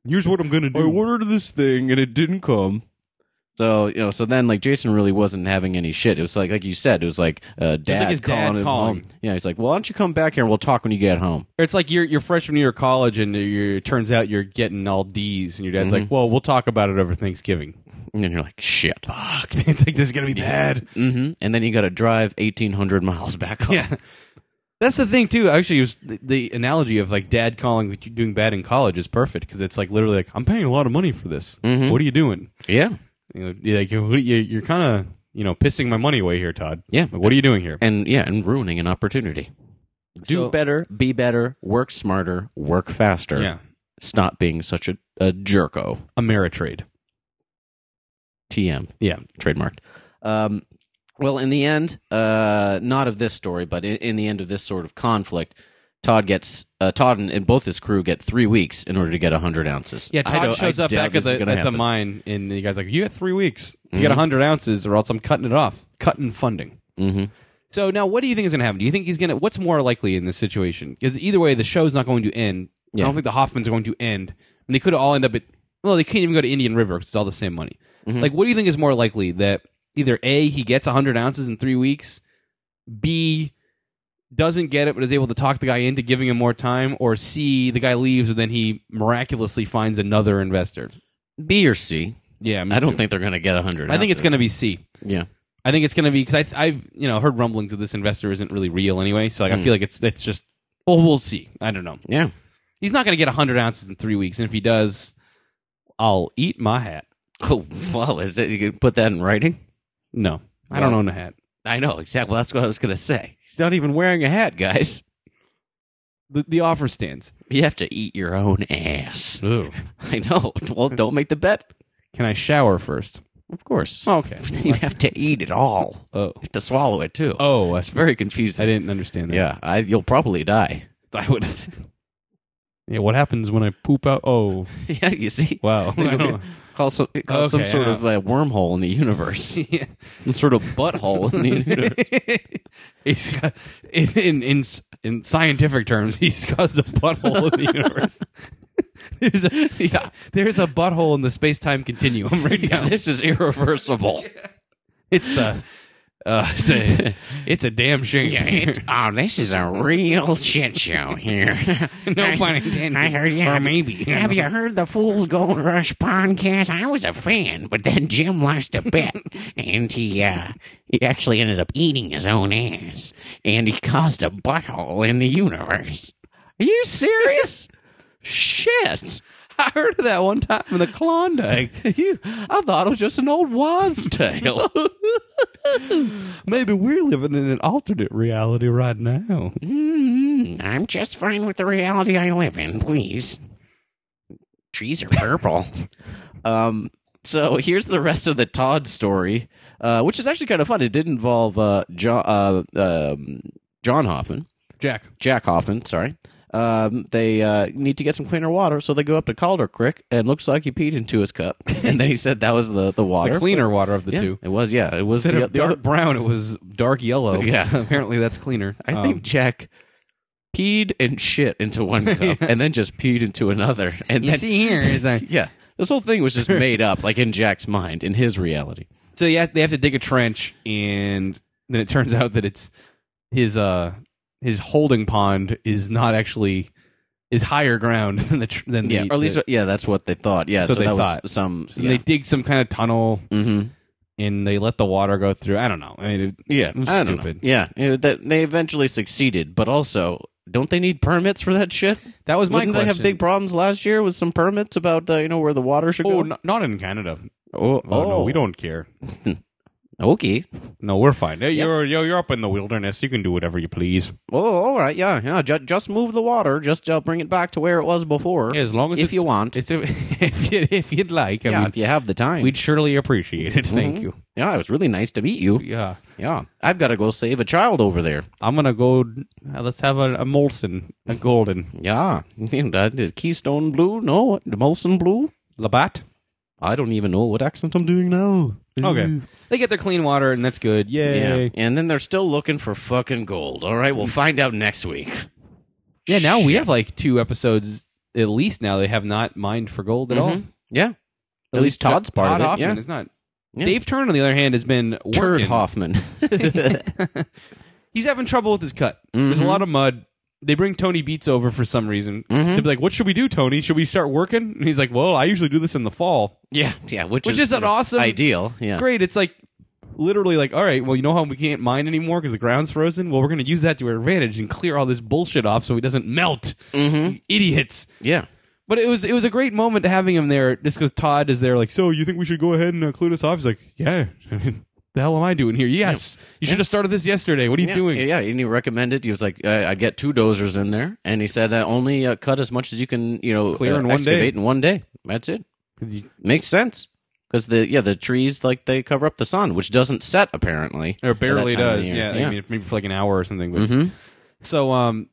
Speaker 5: Here's what I'm gonna
Speaker 4: I
Speaker 5: do.
Speaker 4: ordered this thing and it didn't come.
Speaker 2: So you know, so then like Jason really wasn't having any shit. It was like like you said, it was like uh, dad
Speaker 1: his dad
Speaker 2: calling him
Speaker 1: calling.
Speaker 2: home. Yeah, he's like, "Well, why don't you come back here and we'll talk when you get home?"
Speaker 1: It's like you're you're freshman year of college, and you're, it turns out you're getting all D's, and your dad's
Speaker 5: Mm-hmm.
Speaker 1: like, "Well, we'll talk about it over Thanksgiving."
Speaker 2: And then you're like, "Shit."
Speaker 1: Fuck, <laughs> it's like this is gonna be bad.
Speaker 2: hmm And then you got to drive eighteen hundred miles back home.
Speaker 1: Yeah. That's the thing too. Actually, it was the, the analogy of like dad calling that you're doing bad in college is perfect because it's like literally like I'm paying a lot of money for this.
Speaker 2: Mhm.
Speaker 1: What are you doing?
Speaker 2: yeah,
Speaker 1: You know, you're like you're, you're kind of you know pissing my money away here, Todd.
Speaker 2: Yeah.
Speaker 1: Like, what are you doing here?
Speaker 2: and yeah, and ruining an opportunity. Do
Speaker 1: So-
Speaker 2: better, be better, work smarter, work faster.
Speaker 1: Yeah,
Speaker 2: Stop being such a, a jerko.
Speaker 1: Ameritrade.
Speaker 2: TM.
Speaker 1: Yeah.
Speaker 2: Trademarked. Um, well, in the end, uh, not of this story, but in, in the end of this sort of conflict, Todd gets uh, Todd and, and both his crew get three weeks in order to get hundred ounces.
Speaker 1: Yeah,
Speaker 2: I
Speaker 1: Todd
Speaker 2: don't-
Speaker 1: shows
Speaker 2: I
Speaker 1: up
Speaker 2: doubt
Speaker 1: back at
Speaker 2: this is
Speaker 1: the
Speaker 2: gonna
Speaker 1: at the
Speaker 2: happen. Mm-hmm.
Speaker 1: mine, and the guy's like, "You got three weeks to get hundred ounces, or else I'm cutting it off, cutting funding."
Speaker 2: Mhm.
Speaker 1: So now, what do you think is going to happen? Do you think he's going to? What's more likely in this situation? Because either way, the show's not going to end.
Speaker 2: Yeah.
Speaker 1: I don't think the Hoffmans are going to end, and they could all end up at. Well, they can't even go to Indian River because it's all the same money.
Speaker 2: Mm-hmm.
Speaker 1: Like, what do you think is more likely that either a he gets hundred ounces in three weeks, b doesn't get it but is able to talk the guy into giving him more time, or C, the guy leaves and then he miraculously finds another investor.
Speaker 2: B or C.
Speaker 1: Yeah, me
Speaker 2: I don't
Speaker 1: too.
Speaker 2: think they're going to get hundred.
Speaker 1: I think it's going to be C.
Speaker 2: Yeah.
Speaker 1: I think it's going to be because I I've you know heard rumblings that this investor isn't really real anyway, so like I feel like it's it's just well we'll see. I don't know.
Speaker 2: Hmm. Yeah.
Speaker 1: He's not going to get hundred ounces in three weeks, and if he does, I'll eat my hat.
Speaker 2: Oh <laughs> well, is it? You can put that in writing.
Speaker 1: No, I don't
Speaker 2: Wow.
Speaker 1: own a hat.
Speaker 2: I know exactly. Well, That's what I was going to say. He's not even wearing a hat, guys.
Speaker 1: The, the offer stands.
Speaker 2: You have to eat your own ass.
Speaker 1: Ooh.
Speaker 2: <laughs> I know. Well, don't make the bet.
Speaker 1: Can I shower first?
Speaker 2: Of course.
Speaker 1: Okay.
Speaker 2: <laughs> Then you have to eat it all.
Speaker 1: Oh.
Speaker 2: You have to swallow it too.
Speaker 1: Oh, I,
Speaker 2: It's very
Speaker 1: I
Speaker 2: confusing.
Speaker 1: didn't understand that.
Speaker 2: <laughs> Yeah, I, you'll probably die.
Speaker 1: I would. Yeah, what happens when I poop out? Oh,
Speaker 2: yeah, you see, <laughs>
Speaker 1: wow. I don't-
Speaker 2: call some call some
Speaker 1: Okay,
Speaker 2: sort
Speaker 1: yeah.
Speaker 2: of uh, wormhole in the <laughs> universe,
Speaker 1: Yeah.
Speaker 2: some sort of butthole in the <laughs> universe.
Speaker 1: <laughs> he's got, in, in in in scientific terms, he's caused a butthole in the universe. <laughs> there's a yeah, there's a butthole in the space time continuum right
Speaker 2: <laughs>
Speaker 1: now.
Speaker 2: This is irreversible.
Speaker 1: It's a uh, it's a, it's a damn shame.
Speaker 6: Yeah, it, oh, this is a real shit show here.
Speaker 3: <laughs> No
Speaker 6: I-
Speaker 3: pun intended.
Speaker 6: I heard you.
Speaker 3: Or maybe.
Speaker 6: Have you heard the Fool's Gold Rush podcast? I was a fan, but then Jim lost a bet, and he uh, he actually ended up eating his own ass, and he caused a butthole in the universe.
Speaker 2: Are you serious? Shit.
Speaker 1: I heard of that one time in the Klondike.
Speaker 2: <laughs> You, I thought it was just an
Speaker 1: <laughs>
Speaker 2: old wives' tale.
Speaker 1: Maybe we're living in an alternate reality right now.
Speaker 6: Mm, I'm just fine with the reality I live in. Please, trees are purple.
Speaker 2: Um, so here's the rest of the Todd story, uh, which is actually kind of fun. It did involve uh, John, uh, um, John Hoffman,
Speaker 1: Jack,
Speaker 2: Jack Hoffman. Sorry. Um, they uh, need to get some cleaner water, so they go up to Calder Creek, and looks like he peed into his cup. <laughs> and then he said that was the the water,
Speaker 1: the cleaner water of the
Speaker 2: Yeah,
Speaker 1: two.
Speaker 2: It was, yeah, it was
Speaker 1: Instead
Speaker 2: the,
Speaker 1: of
Speaker 2: the
Speaker 1: dark
Speaker 2: other.
Speaker 1: brown, it was dark Um. yellow.
Speaker 2: Yeah. <laughs>
Speaker 1: So apparently that's cleaner.
Speaker 2: I think Jack peed and shit
Speaker 1: <laughs>
Speaker 2: into one cup, and then just peed into another, and
Speaker 3: You
Speaker 2: then
Speaker 3: see here is a
Speaker 2: yeah, this whole thing was just made up, like in Jack's mind, in his reality.
Speaker 1: so yeah, they have to dig a trench, and then it turns out that it's his uh his holding pond is not actually is higher ground <laughs> than the tr- than
Speaker 2: yeah,
Speaker 1: the
Speaker 2: or at least
Speaker 1: the-
Speaker 2: yeah, that's what they thought. Yeah,
Speaker 1: So
Speaker 2: so,
Speaker 1: they
Speaker 2: that
Speaker 1: thought.
Speaker 2: was some.
Speaker 1: and they dig some kind of tunnel
Speaker 2: hmm
Speaker 1: and they let the water go through. I don't know. I mean, it,
Speaker 2: Yeah,
Speaker 1: It was
Speaker 2: I don't know.
Speaker 1: stupid.
Speaker 2: Yeah, you know, that they eventually succeeded, but also. Don't they need permits for that shit?
Speaker 1: that was my
Speaker 2: Didn't they
Speaker 1: question.
Speaker 2: have big problems last year with some permits about uh, you know where the water should
Speaker 1: oh,
Speaker 2: go?
Speaker 1: n- not in Canada.
Speaker 2: Oh,
Speaker 1: Oh, no,
Speaker 2: oh.
Speaker 1: we don't care.
Speaker 2: <laughs> Okay.
Speaker 1: No, we're fine. Hey,
Speaker 2: Yep.
Speaker 1: You're, you're you're up in the wilderness. You can do whatever you please.
Speaker 2: Oh, all right. Yeah, yeah. Ju- just move the water. Just uh, bring it back to where it was before.
Speaker 1: Yeah, as long as
Speaker 2: if
Speaker 1: it's-
Speaker 2: you want.
Speaker 1: It's a, <laughs> if you, if you'd like. I
Speaker 2: yeah,
Speaker 1: mean,
Speaker 2: if you have the time.
Speaker 1: we'd surely appreciate it. <laughs> Thank
Speaker 2: Mhm.
Speaker 1: you.
Speaker 2: Yeah, it was really nice to meet you.
Speaker 1: Yeah,
Speaker 2: Yeah, I've got to go save a child over there.
Speaker 1: I'm gonna go. uh, Let's have a, a Molson, a Golden
Speaker 2: Yeah, <laughs> uh, Keystone Blue. No, the Molson Blue.
Speaker 1: Labatt.
Speaker 2: I don't even know what accent I'm doing now.
Speaker 1: Okay, they get their clean water, and that's good. Yay!
Speaker 2: Mm. Yeah. And then they're still looking for fucking gold. All right, we'll find out next week.
Speaker 1: Yeah, now we have like two episodes at least. Now they have not mined for gold at all.
Speaker 2: Mhm. Yeah. At, least Todd's part
Speaker 1: Todd
Speaker 2: of it.
Speaker 1: Hoffman
Speaker 2: yeah.
Speaker 1: is not.
Speaker 2: Yeah.
Speaker 1: Dave Turn, on the other hand, has been
Speaker 2: Turd
Speaker 1: working. <laughs>
Speaker 2: Hoffman. <laughs>
Speaker 1: He's having trouble with his cut. There's a
Speaker 2: Mhm.
Speaker 1: lot of mud. They bring Tony Beats over for some reason.
Speaker 2: Mhm.
Speaker 1: To be like, what should we do, Tony? Should we start working? And he's like, well, I usually do this in the fall.
Speaker 2: yeah, yeah, which,
Speaker 1: Which is
Speaker 2: is,
Speaker 1: an awesome-
Speaker 2: ideal. Yeah.
Speaker 1: Great. It's like literally like, all right, well, you know how we can't mine anymore because the ground's frozen? Well, we're going to use that to our advantage and clear all this bullshit off so he doesn't melt.
Speaker 2: Mhm.
Speaker 1: Idiots.
Speaker 2: Yeah.
Speaker 1: But it was it was a great moment having him there just because Todd is there like, so you think we should go ahead and uh, clear this off? He's like, yeah. <laughs> the hell am I doing here? Yes. You should have started this yesterday. What are you
Speaker 2: yeah,
Speaker 1: doing?
Speaker 2: Yeah, and he recommended. He was like, I, "I'd get two dozers in there," and he said, uh, "Only uh, cut as much as you can, you know,
Speaker 1: Clear
Speaker 2: uh,
Speaker 1: in one day.
Speaker 2: excavate in one day. That's it. Makes sense because the yeah the trees like they cover up the sun, which doesn't set apparently
Speaker 1: Or barely
Speaker 2: at that time of
Speaker 1: does.
Speaker 2: year.
Speaker 1: Yeah, I mean, maybe for like an hour or something. But
Speaker 2: Mhm.
Speaker 1: so um,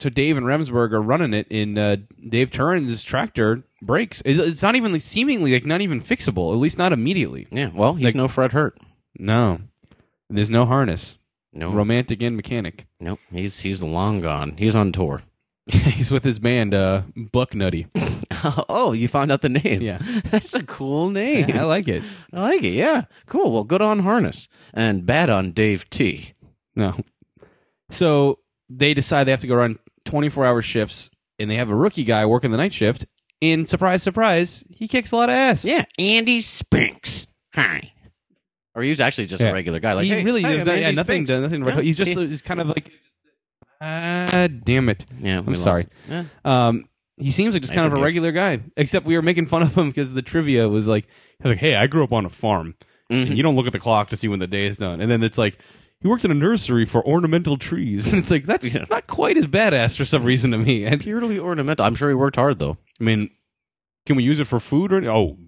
Speaker 1: so Dave and Remsburg are running it, and uh, Dave Turin's tractor breaks. It, it's not even like, seemingly like not even fixable. At least not immediately.
Speaker 2: yeah. Well, he's
Speaker 1: Like-
Speaker 2: no Fred Hurt.
Speaker 1: No, there's no harness.
Speaker 2: No,
Speaker 1: Romantic and mechanic. <laughs>
Speaker 2: no, he's he's long gone. He's on tour. <laughs>
Speaker 1: He's with his band uh, Buck Nutty.
Speaker 2: oh, you found out the name.
Speaker 1: Yeah.
Speaker 2: <laughs> that's a cool name.
Speaker 1: I like it.
Speaker 2: I like it. Yeah, cool. Well, good on harness and bad on Dave T.
Speaker 1: <laughs> No. So they decide they have to go run 24 hour shifts, and they have a rookie guy working the night shift. And surprise, surprise, he kicks a lot of ass.
Speaker 2: Yeah.
Speaker 6: Andy Spinks. Hi.
Speaker 2: Or he's actually just
Speaker 1: Yeah.
Speaker 2: a regular guy. Like
Speaker 1: he
Speaker 2: hey,
Speaker 1: really
Speaker 2: hey,
Speaker 1: there's
Speaker 2: I'm
Speaker 1: no- yeah,
Speaker 2: Andy
Speaker 1: nothing
Speaker 2: Spinks.
Speaker 1: to, nothing to
Speaker 2: Yeah.
Speaker 1: record. he's just he's kind of like ah damn it
Speaker 2: Yeah, we
Speaker 1: I'm sorry.
Speaker 2: Yeah.
Speaker 1: um he seems like just
Speaker 2: I
Speaker 1: kind of a
Speaker 2: forgive.
Speaker 1: regular guy except we were making fun of him because the trivia was like he was like hey I grew up on a farm
Speaker 2: Mm-hmm.
Speaker 1: and you don't look at the clock to see when the day is done and then it's like he worked in a nursery for ornamental trees <laughs> and it's like that's not quite as badass for some reason to me and
Speaker 2: Purely ornamental. I'm sure he worked hard though.
Speaker 1: I mean can we use it for food or any- oh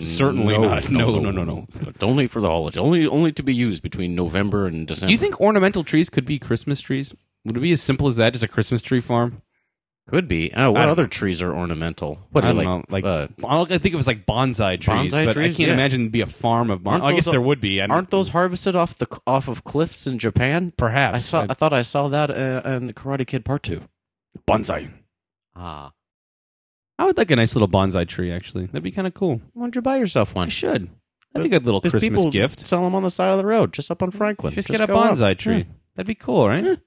Speaker 1: Certainly not. No, no, no, no.
Speaker 2: It's only for the holiday. Only, only to be used between November and December.
Speaker 1: do you think ornamental trees could be Christmas trees would it be as simple as that just a Christmas tree farm
Speaker 2: Could be. Oh,
Speaker 1: I
Speaker 2: what
Speaker 1: don't
Speaker 2: other trees are ornamental?
Speaker 1: What
Speaker 2: What
Speaker 1: I
Speaker 2: are
Speaker 1: don't
Speaker 2: like,
Speaker 1: know, like
Speaker 2: uh,
Speaker 1: I don't- I think it was like bonsai trees,
Speaker 2: Bonsai
Speaker 1: but
Speaker 2: trees,
Speaker 1: I can't
Speaker 2: yeah.
Speaker 1: imagine it'd be a farm of
Speaker 2: Aren't
Speaker 1: bonsai. I guess
Speaker 2: those-
Speaker 1: there would be. I don't-
Speaker 2: aren't those harvested off the off of cliffs in Japan?
Speaker 1: perhaps
Speaker 2: I saw. I thought I saw that uh, in the Karate Kid Part Two.
Speaker 1: bonsai?
Speaker 2: Ah,
Speaker 1: I would like a nice little bonsai tree. Actually, that'd be kind of cool.
Speaker 2: why don't you buy yourself one?
Speaker 1: I should. That'd be a good little
Speaker 2: There's
Speaker 1: Christmas
Speaker 2: people
Speaker 1: gift.
Speaker 2: Sell them on the side of the road, just up on Franklin.
Speaker 1: Just, get a
Speaker 2: go up.
Speaker 1: bonsai tree. That'd be cool, right?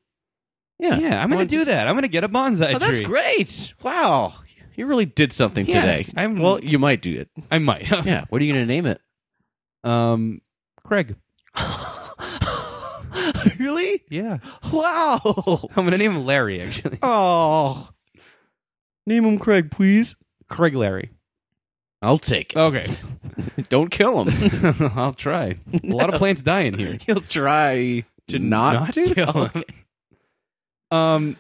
Speaker 2: Yeah,
Speaker 1: Yeah, I'm gonna
Speaker 2: Well,
Speaker 1: do that. I'm gonna get a bonsai
Speaker 2: Oh, that's
Speaker 1: tree.
Speaker 2: great! Wow, you really did something
Speaker 1: Yeah,
Speaker 2: today.
Speaker 1: I'm-
Speaker 2: well, you might <laughs> do it.
Speaker 1: I might. <laughs>
Speaker 2: Yeah. What are you going to name it?
Speaker 1: um, Craig.
Speaker 2: <laughs> really?
Speaker 1: Yeah,
Speaker 2: Wow.
Speaker 1: I'm gonna name him Larry. Actually,
Speaker 2: Oh. Name him Craig, please.
Speaker 1: Craig Larry.
Speaker 2: I'll take it.
Speaker 1: Okay,
Speaker 2: Don't kill him.
Speaker 1: <laughs> I'll try. A lot of plants die in here.
Speaker 2: He'll try to not,
Speaker 1: Not
Speaker 2: kill.
Speaker 1: kill him. Um,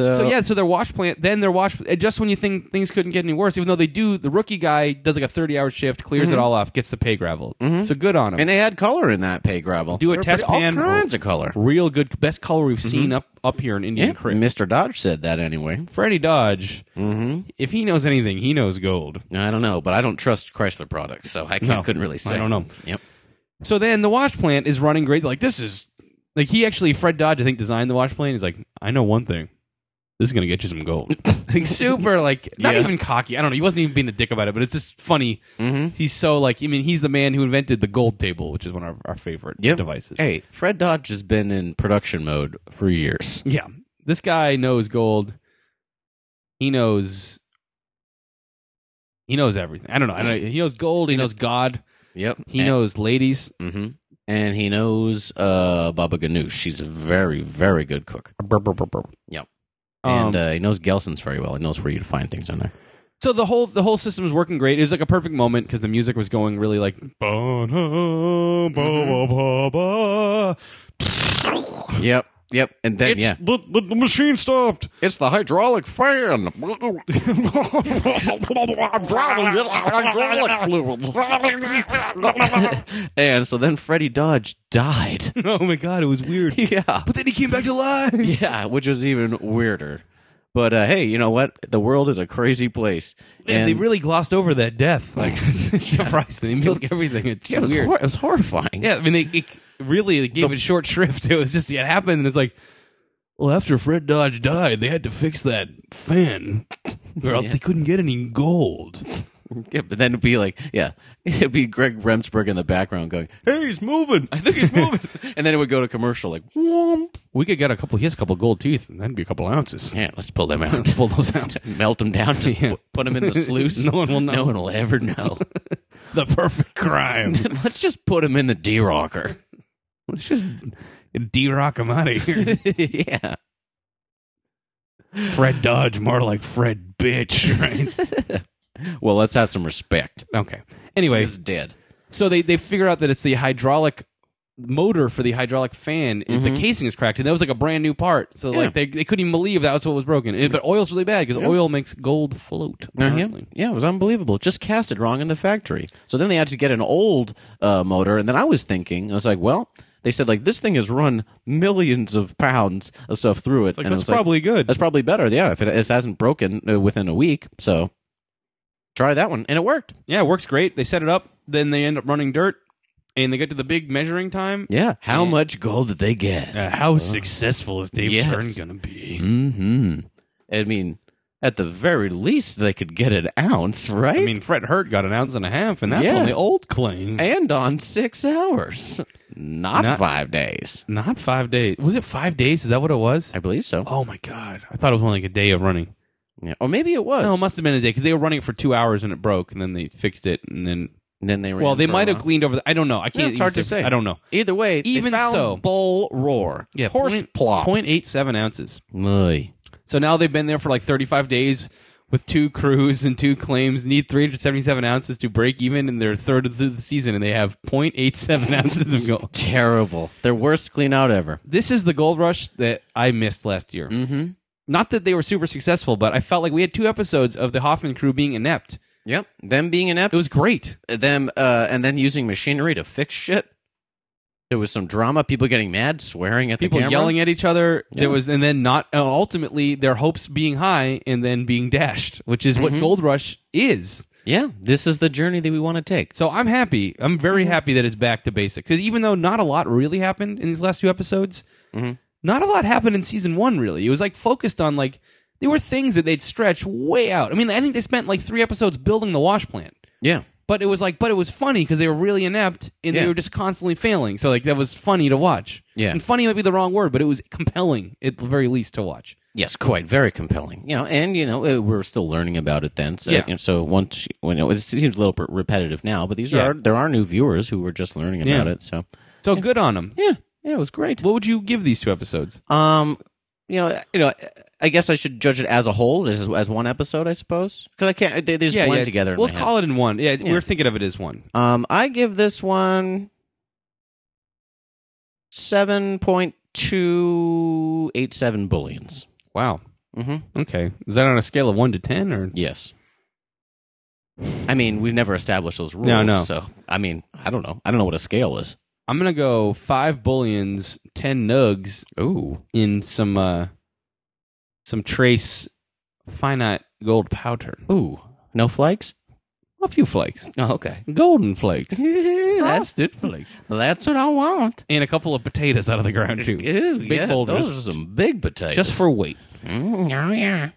Speaker 2: uh,
Speaker 1: So yeah, so their wash plant. Then their wash. and Just when you think things couldn't get any worse, even though they do, the rookie guy does like a thirty-hour shift, clears it all off, gets the pay gravel.
Speaker 2: Mhm.
Speaker 1: So good on him.
Speaker 2: Mm-hmm. And they had color in that pay gravel.
Speaker 1: Do a
Speaker 2: There were
Speaker 1: test
Speaker 2: pretty-
Speaker 1: pan.
Speaker 2: All kinds of color.
Speaker 1: Real good, best color we've seen up up here in Indian
Speaker 2: Mm-hmm.
Speaker 1: Creek.
Speaker 2: Yeah, Mr. Dodge said that anyway.
Speaker 1: Freddie Dodge,
Speaker 2: hmm
Speaker 1: if he knows anything, he knows gold.
Speaker 2: I don't know, but I don't trust Chrysler products, so I can't,
Speaker 1: No,
Speaker 2: couldn't really say.
Speaker 1: don't
Speaker 2: <laughs>
Speaker 1: know.
Speaker 2: Yep.
Speaker 1: So then the wash plant is running great. Like this is like he actually Fred Dodge I think designed the wash plant. He's like, I know one thing. This is gonna get you some gold. like super like not
Speaker 2: Yeah.
Speaker 1: even cocky. I don't know. He wasn't even being a dick about it, but it's just funny.
Speaker 2: Mm-hmm.
Speaker 1: He's so like I mean he's the man who invented the gold table, which is one of our, our favorite
Speaker 2: Yep.
Speaker 1: devices.
Speaker 2: Hey, Fred Dodge has been in production mode for years.
Speaker 1: Yeah, this guy knows gold. He knows. He knows everything. I don't know. I don't know. He knows gold. He knows God.
Speaker 2: Yep.
Speaker 1: He knows ladies.
Speaker 2: hmm And he knows uh, Baba Ganoush. She's a very, very good cook. Yep. And
Speaker 1: Um,
Speaker 2: uh, he knows Gelson's very well. He knows where you'd find things in there.
Speaker 1: so the whole the whole system was working great. It was like a perfect moment because the music was going really like
Speaker 2: Yep. Yep. And then, yeah.
Speaker 5: the, the, the machine stopped.
Speaker 2: It's the hydraulic <laughs> fan. and so then Freddie Dodge died.
Speaker 1: <laughs> oh my god, it was weird.
Speaker 2: <laughs> yeah.
Speaker 1: but then he came back to life.
Speaker 2: <laughs> Yeah, which was even weirder. But uh, hey, you know what? The world is a crazy place.
Speaker 1: Man, they really glossed over that death. Like <laughs> it's surprising. They milk everything. It's
Speaker 2: it, was
Speaker 1: weird.
Speaker 2: hor- it was horrifying. <laughs>
Speaker 1: Yeah, I mean, they it really they gave it short shrift. <laughs> It was just it happened, and it's like, well, after Fred Dodge died, they had to fix that fan, or else they couldn't get any gold.
Speaker 2: Yeah, but then it'd be like, yeah, <laughs> it'd be Greg Remsburg in the background going, <laughs>
Speaker 5: Hey, he's moving.
Speaker 1: <laughs>
Speaker 2: I think he's moving. and then it would go to commercial like, whoomp.
Speaker 1: We could get a couple. He has a couple gold teeth, and that'd be a couple ounces.
Speaker 2: Yeah, let's pull them out.
Speaker 1: Pull those out.
Speaker 2: Melt them down. Just
Speaker 1: <laughs> Yeah.
Speaker 2: pu- put them in the sluice.
Speaker 1: <laughs> No one will know.
Speaker 2: No one will
Speaker 1: <laughs>
Speaker 2: ever know. <laughs>
Speaker 1: the perfect crime.
Speaker 2: let's just put them in the D
Speaker 1: <laughs>
Speaker 2: rocker. <laughs>
Speaker 1: Let's just d rock him out of here.
Speaker 2: yeah.
Speaker 1: Fred Dodge, more like Fred Bitch, right?
Speaker 2: Well, let's have some respect.
Speaker 1: <laughs> okay. Anyway,
Speaker 2: He's dead.
Speaker 1: So they they figure out that it's the hydraulic motor for the hydraulic fan. It- The casing is cracked, and that was like a brand new part. So
Speaker 2: Yeah.
Speaker 1: like they they couldn't even believe that was what was broken. And- but oil's really bad because oil makes gold float.
Speaker 2: Yeah,
Speaker 1: apparently.
Speaker 2: Uh-huh. yeah, it was unbelievable. Just cast it wrong in the factory. So then they had to get an old uh, motor. And then I was thinking, I was like, well, they said like this thing has run millions of pounds of stuff through it.
Speaker 1: Like
Speaker 2: and I
Speaker 1: that's
Speaker 2: was like, uh,
Speaker 1: probably good.
Speaker 2: that's probably better. Yeah, if it, it hasn't broken uh, within a week, so try that one, and it worked.
Speaker 1: yeah, it works great. They set it up, then they end up running dirt, and they get to the big measuring time.
Speaker 2: Yeah. How much gold did they get?
Speaker 1: how successful is Dave
Speaker 2: Yes.
Speaker 1: gonna be?
Speaker 2: hmm I mean, at the very least, they could get an ounce, right?
Speaker 1: I mean, Fred Hurt got an ounce and a half, and that's
Speaker 2: Yeah.
Speaker 1: on the old claim.
Speaker 2: and on six hours, not,
Speaker 1: Not-
Speaker 2: five days.
Speaker 1: Not five days. Was it five days? Is that what it was?
Speaker 2: I believe so.
Speaker 1: Oh my god! I thought it was only like a day of running.
Speaker 2: Yeah. Or maybe it was.
Speaker 1: No, it must have been a day because they were running it for two hours and it broke, and then they fixed it, and then
Speaker 2: and then they ran
Speaker 1: well, they
Speaker 2: for a
Speaker 1: might have
Speaker 2: while.
Speaker 1: cleaned over. The, I don't know. I can't.
Speaker 2: it's
Speaker 1: even
Speaker 2: hard to say.
Speaker 1: I don't know.
Speaker 2: Either way,
Speaker 1: Even
Speaker 2: they found
Speaker 1: so.
Speaker 2: bull roar.
Speaker 1: Yeah,
Speaker 2: horse
Speaker 1: point-
Speaker 2: plop.
Speaker 1: 0.87 ounces.
Speaker 2: Oy.
Speaker 1: So now they've been there for like 35 days with two crews and two claims. Need 377 ounces to break even in their third through the season, and they have 0.87 <laughs> ounces of gold.
Speaker 2: Terrible. Their worst clean out ever.
Speaker 1: This is the gold rush that I missed last year.
Speaker 2: Mm-hmm.
Speaker 1: Not that they were super successful, but I felt like we had two episodes of the Hoffman crew being inept.
Speaker 2: Yep. Them being inept.
Speaker 1: It was great.
Speaker 2: them uh, and then using machinery to fix shit. There was some drama, people getting mad, swearing at
Speaker 1: People
Speaker 2: the camera.
Speaker 1: yelling at each other.
Speaker 2: Yeah.
Speaker 1: There was, and then not uh, ultimately their hopes being high and then being dashed, which is
Speaker 2: Mm-hmm.
Speaker 1: what Gold Rush is.
Speaker 2: Yeah, this is the journey that we want to take.
Speaker 1: So I'm happy. I'm
Speaker 2: Mm-hmm.
Speaker 1: very happy that it's back to basics. Because even though not a lot really happened in these last two episodes,
Speaker 2: Mm-hmm.
Speaker 1: not a lot happened in season one. Really, it was like focused on like there were things that they'd stretch way out. I mean, I think they spent like three episodes building the wash plant.
Speaker 2: yeah,
Speaker 1: But it was like, but it was funny because they were really inept and they
Speaker 2: Yeah.
Speaker 1: were just constantly failing. So like that was funny to watch.
Speaker 2: Yeah.
Speaker 1: and funny might be the wrong word, but it was compelling at the very least to watch.
Speaker 2: yes, quite very compelling. You know, and you know uh, we're still learning about it then. So,
Speaker 1: Yeah.
Speaker 2: and so once you know, it seems a little bit repetitive now, but these
Speaker 1: Yeah.
Speaker 2: are there are new viewers who were just learning
Speaker 1: Yeah.
Speaker 2: about it. So
Speaker 1: So good on them.
Speaker 2: yeah, yeah, it was great.
Speaker 1: What would you give these two episodes?
Speaker 2: Um, you know, you know, I guess I should judge it as a whole, as as one episode, I suppose, because I can't. They, they just blend
Speaker 1: it's-
Speaker 2: together. in
Speaker 1: We'll
Speaker 2: my head.
Speaker 1: call it in one. Yeah,
Speaker 2: Yeah.
Speaker 1: we're thinking of it as one.
Speaker 2: Um, I give this one seven point two eight seven bullions.
Speaker 1: Wow.
Speaker 2: Mm-hmm.
Speaker 1: Okay. Is that on a scale of one to ten or?
Speaker 2: Yes. I mean, we've never established those rules.
Speaker 1: No, no.
Speaker 2: So, I mean, I don't know. I don't know what a scale is.
Speaker 1: I'm gonna go five bullions, ten nugs
Speaker 2: Ooh.
Speaker 1: in some uh some trace finite gold powder.
Speaker 2: Ooh. No flakes?
Speaker 1: A few flakes.
Speaker 2: Oh, okay.
Speaker 1: Golden <laughs> flakes.
Speaker 2: that's,
Speaker 1: Frosted flakes.
Speaker 2: that's what I want.
Speaker 1: and a couple of potatoes out of the ground too,
Speaker 2: Ooh,
Speaker 1: Big
Speaker 2: yeah,
Speaker 1: boulders.
Speaker 2: Those are some big potatoes.
Speaker 1: just for weight.
Speaker 6: Mm, oh, yeah.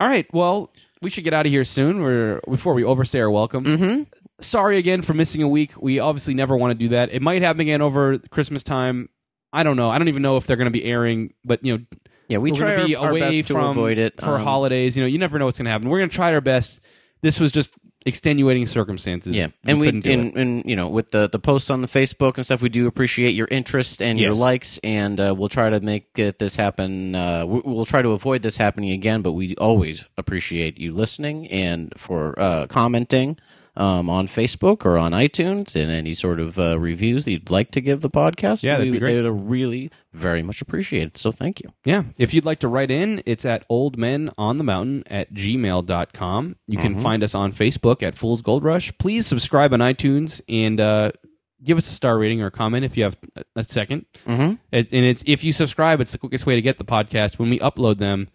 Speaker 1: All right, well, we should get out of here soon. We're before we overstay our welcome.
Speaker 2: Mm-hmm.
Speaker 1: Sorry again for missing a week. We obviously never want to do that. It might happen again over Christmas time. I don't know. I don't even know if they're going to be airing, but you know,
Speaker 2: Yeah, we
Speaker 1: we're
Speaker 2: try
Speaker 1: gonna be
Speaker 2: our, our
Speaker 1: away
Speaker 2: best
Speaker 1: from
Speaker 2: to avoid it
Speaker 1: for
Speaker 2: um,
Speaker 1: holidays. You know, you never know what's going to happen. We're going to try our best. This was just extenuating circumstances.
Speaker 2: Yeah, and we,
Speaker 1: couldn't do it.
Speaker 2: and, and you know with the the posts on the Facebook and stuff, we do appreciate your interest and your
Speaker 1: Yes.
Speaker 2: likes, and uh, we'll try to make it, this happen. Uh, we, we'll try to avoid this happening again, but we always appreciate you listening and for uh, commenting um, on Facebook or on iTunes and any sort of uh, reviews that you'd like to give the podcast.
Speaker 1: Yeah, that'd be
Speaker 2: we,
Speaker 1: great.
Speaker 2: They're really very much appreciated. So thank you.
Speaker 1: Yeah. If you'd like to write in, it's at oldmenonthemountain at gmail.com. You can find us on Facebook at Fool's Gold Rush. Please subscribe on iTunes and uh, give us a star rating or comment if you have a- a 2nd
Speaker 2: Mhm.
Speaker 1: It, and it's if you subscribe, it's the quickest way to get the podcast. When we upload them,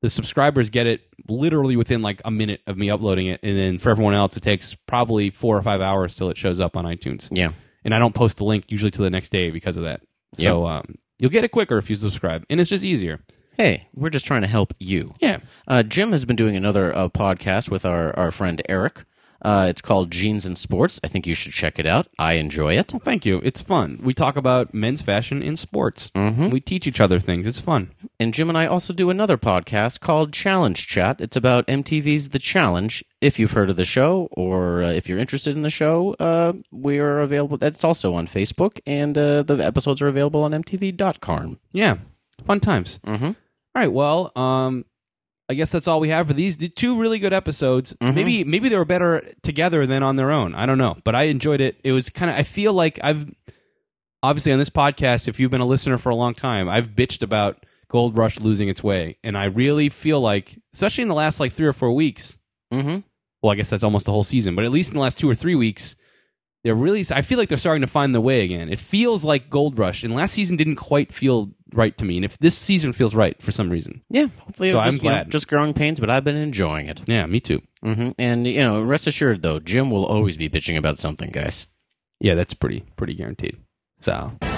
Speaker 1: the subscribers get it literally within like a minute of me uploading it. And then for everyone else, it takes probably four or five hours till it shows up on iTunes
Speaker 2: Yeah.
Speaker 1: and I don't post the link usually to the next day because of that. So um, you'll get it quicker if you subscribe, and it's just easier.
Speaker 2: Hey, we're just trying to help you.
Speaker 1: Yeah.
Speaker 2: Uh, Jim has been doing another uh, podcast with our, our friend Eric. Uh, it's called Jeans and Sports. I think you should check it out. I enjoy it.
Speaker 1: Well, thank you. It's fun. We talk about men's fashion in sports.
Speaker 2: Mhm.
Speaker 1: We teach each other things. It's fun.
Speaker 2: And Jim and I also do another podcast called Challenge Chat. It's about MTV's The Challenge. If you've heard of the show or uh, if you're interested in the show, uh, we are available. That's also on Facebook, and uh, the episodes are available on MTV.com.
Speaker 1: Yeah, fun times.
Speaker 2: Mhm.
Speaker 1: All right. Well, um, I guess that's all we have for these the two really good episodes. Maybe maybe they were better together than on their own. I don't know, but I enjoyed it. It was kind of. I feel like I've obviously on this podcast. If you've been a listener for a long time, I've bitched about Gold Rush losing its way, and I really feel like, especially in the last like three or four weeks.
Speaker 2: Mhm.
Speaker 1: Well, I guess that's almost the whole season, but at least in the last two or three weeks. They're really. I feel like they're starting to find the way again. It feels like Gold Rush, and last season didn't quite feel right to me. And if this season feels right for some reason,
Speaker 2: Yeah, hopefully it
Speaker 1: So
Speaker 2: was
Speaker 1: I'm
Speaker 2: just, you know,
Speaker 1: glad.
Speaker 2: just growing pains, but I've been enjoying it.
Speaker 1: yeah, me too.
Speaker 2: hmm And you know, rest assured though, Jim will always be bitching about something, guys.
Speaker 1: Yeah, that's pretty pretty guaranteed. So, all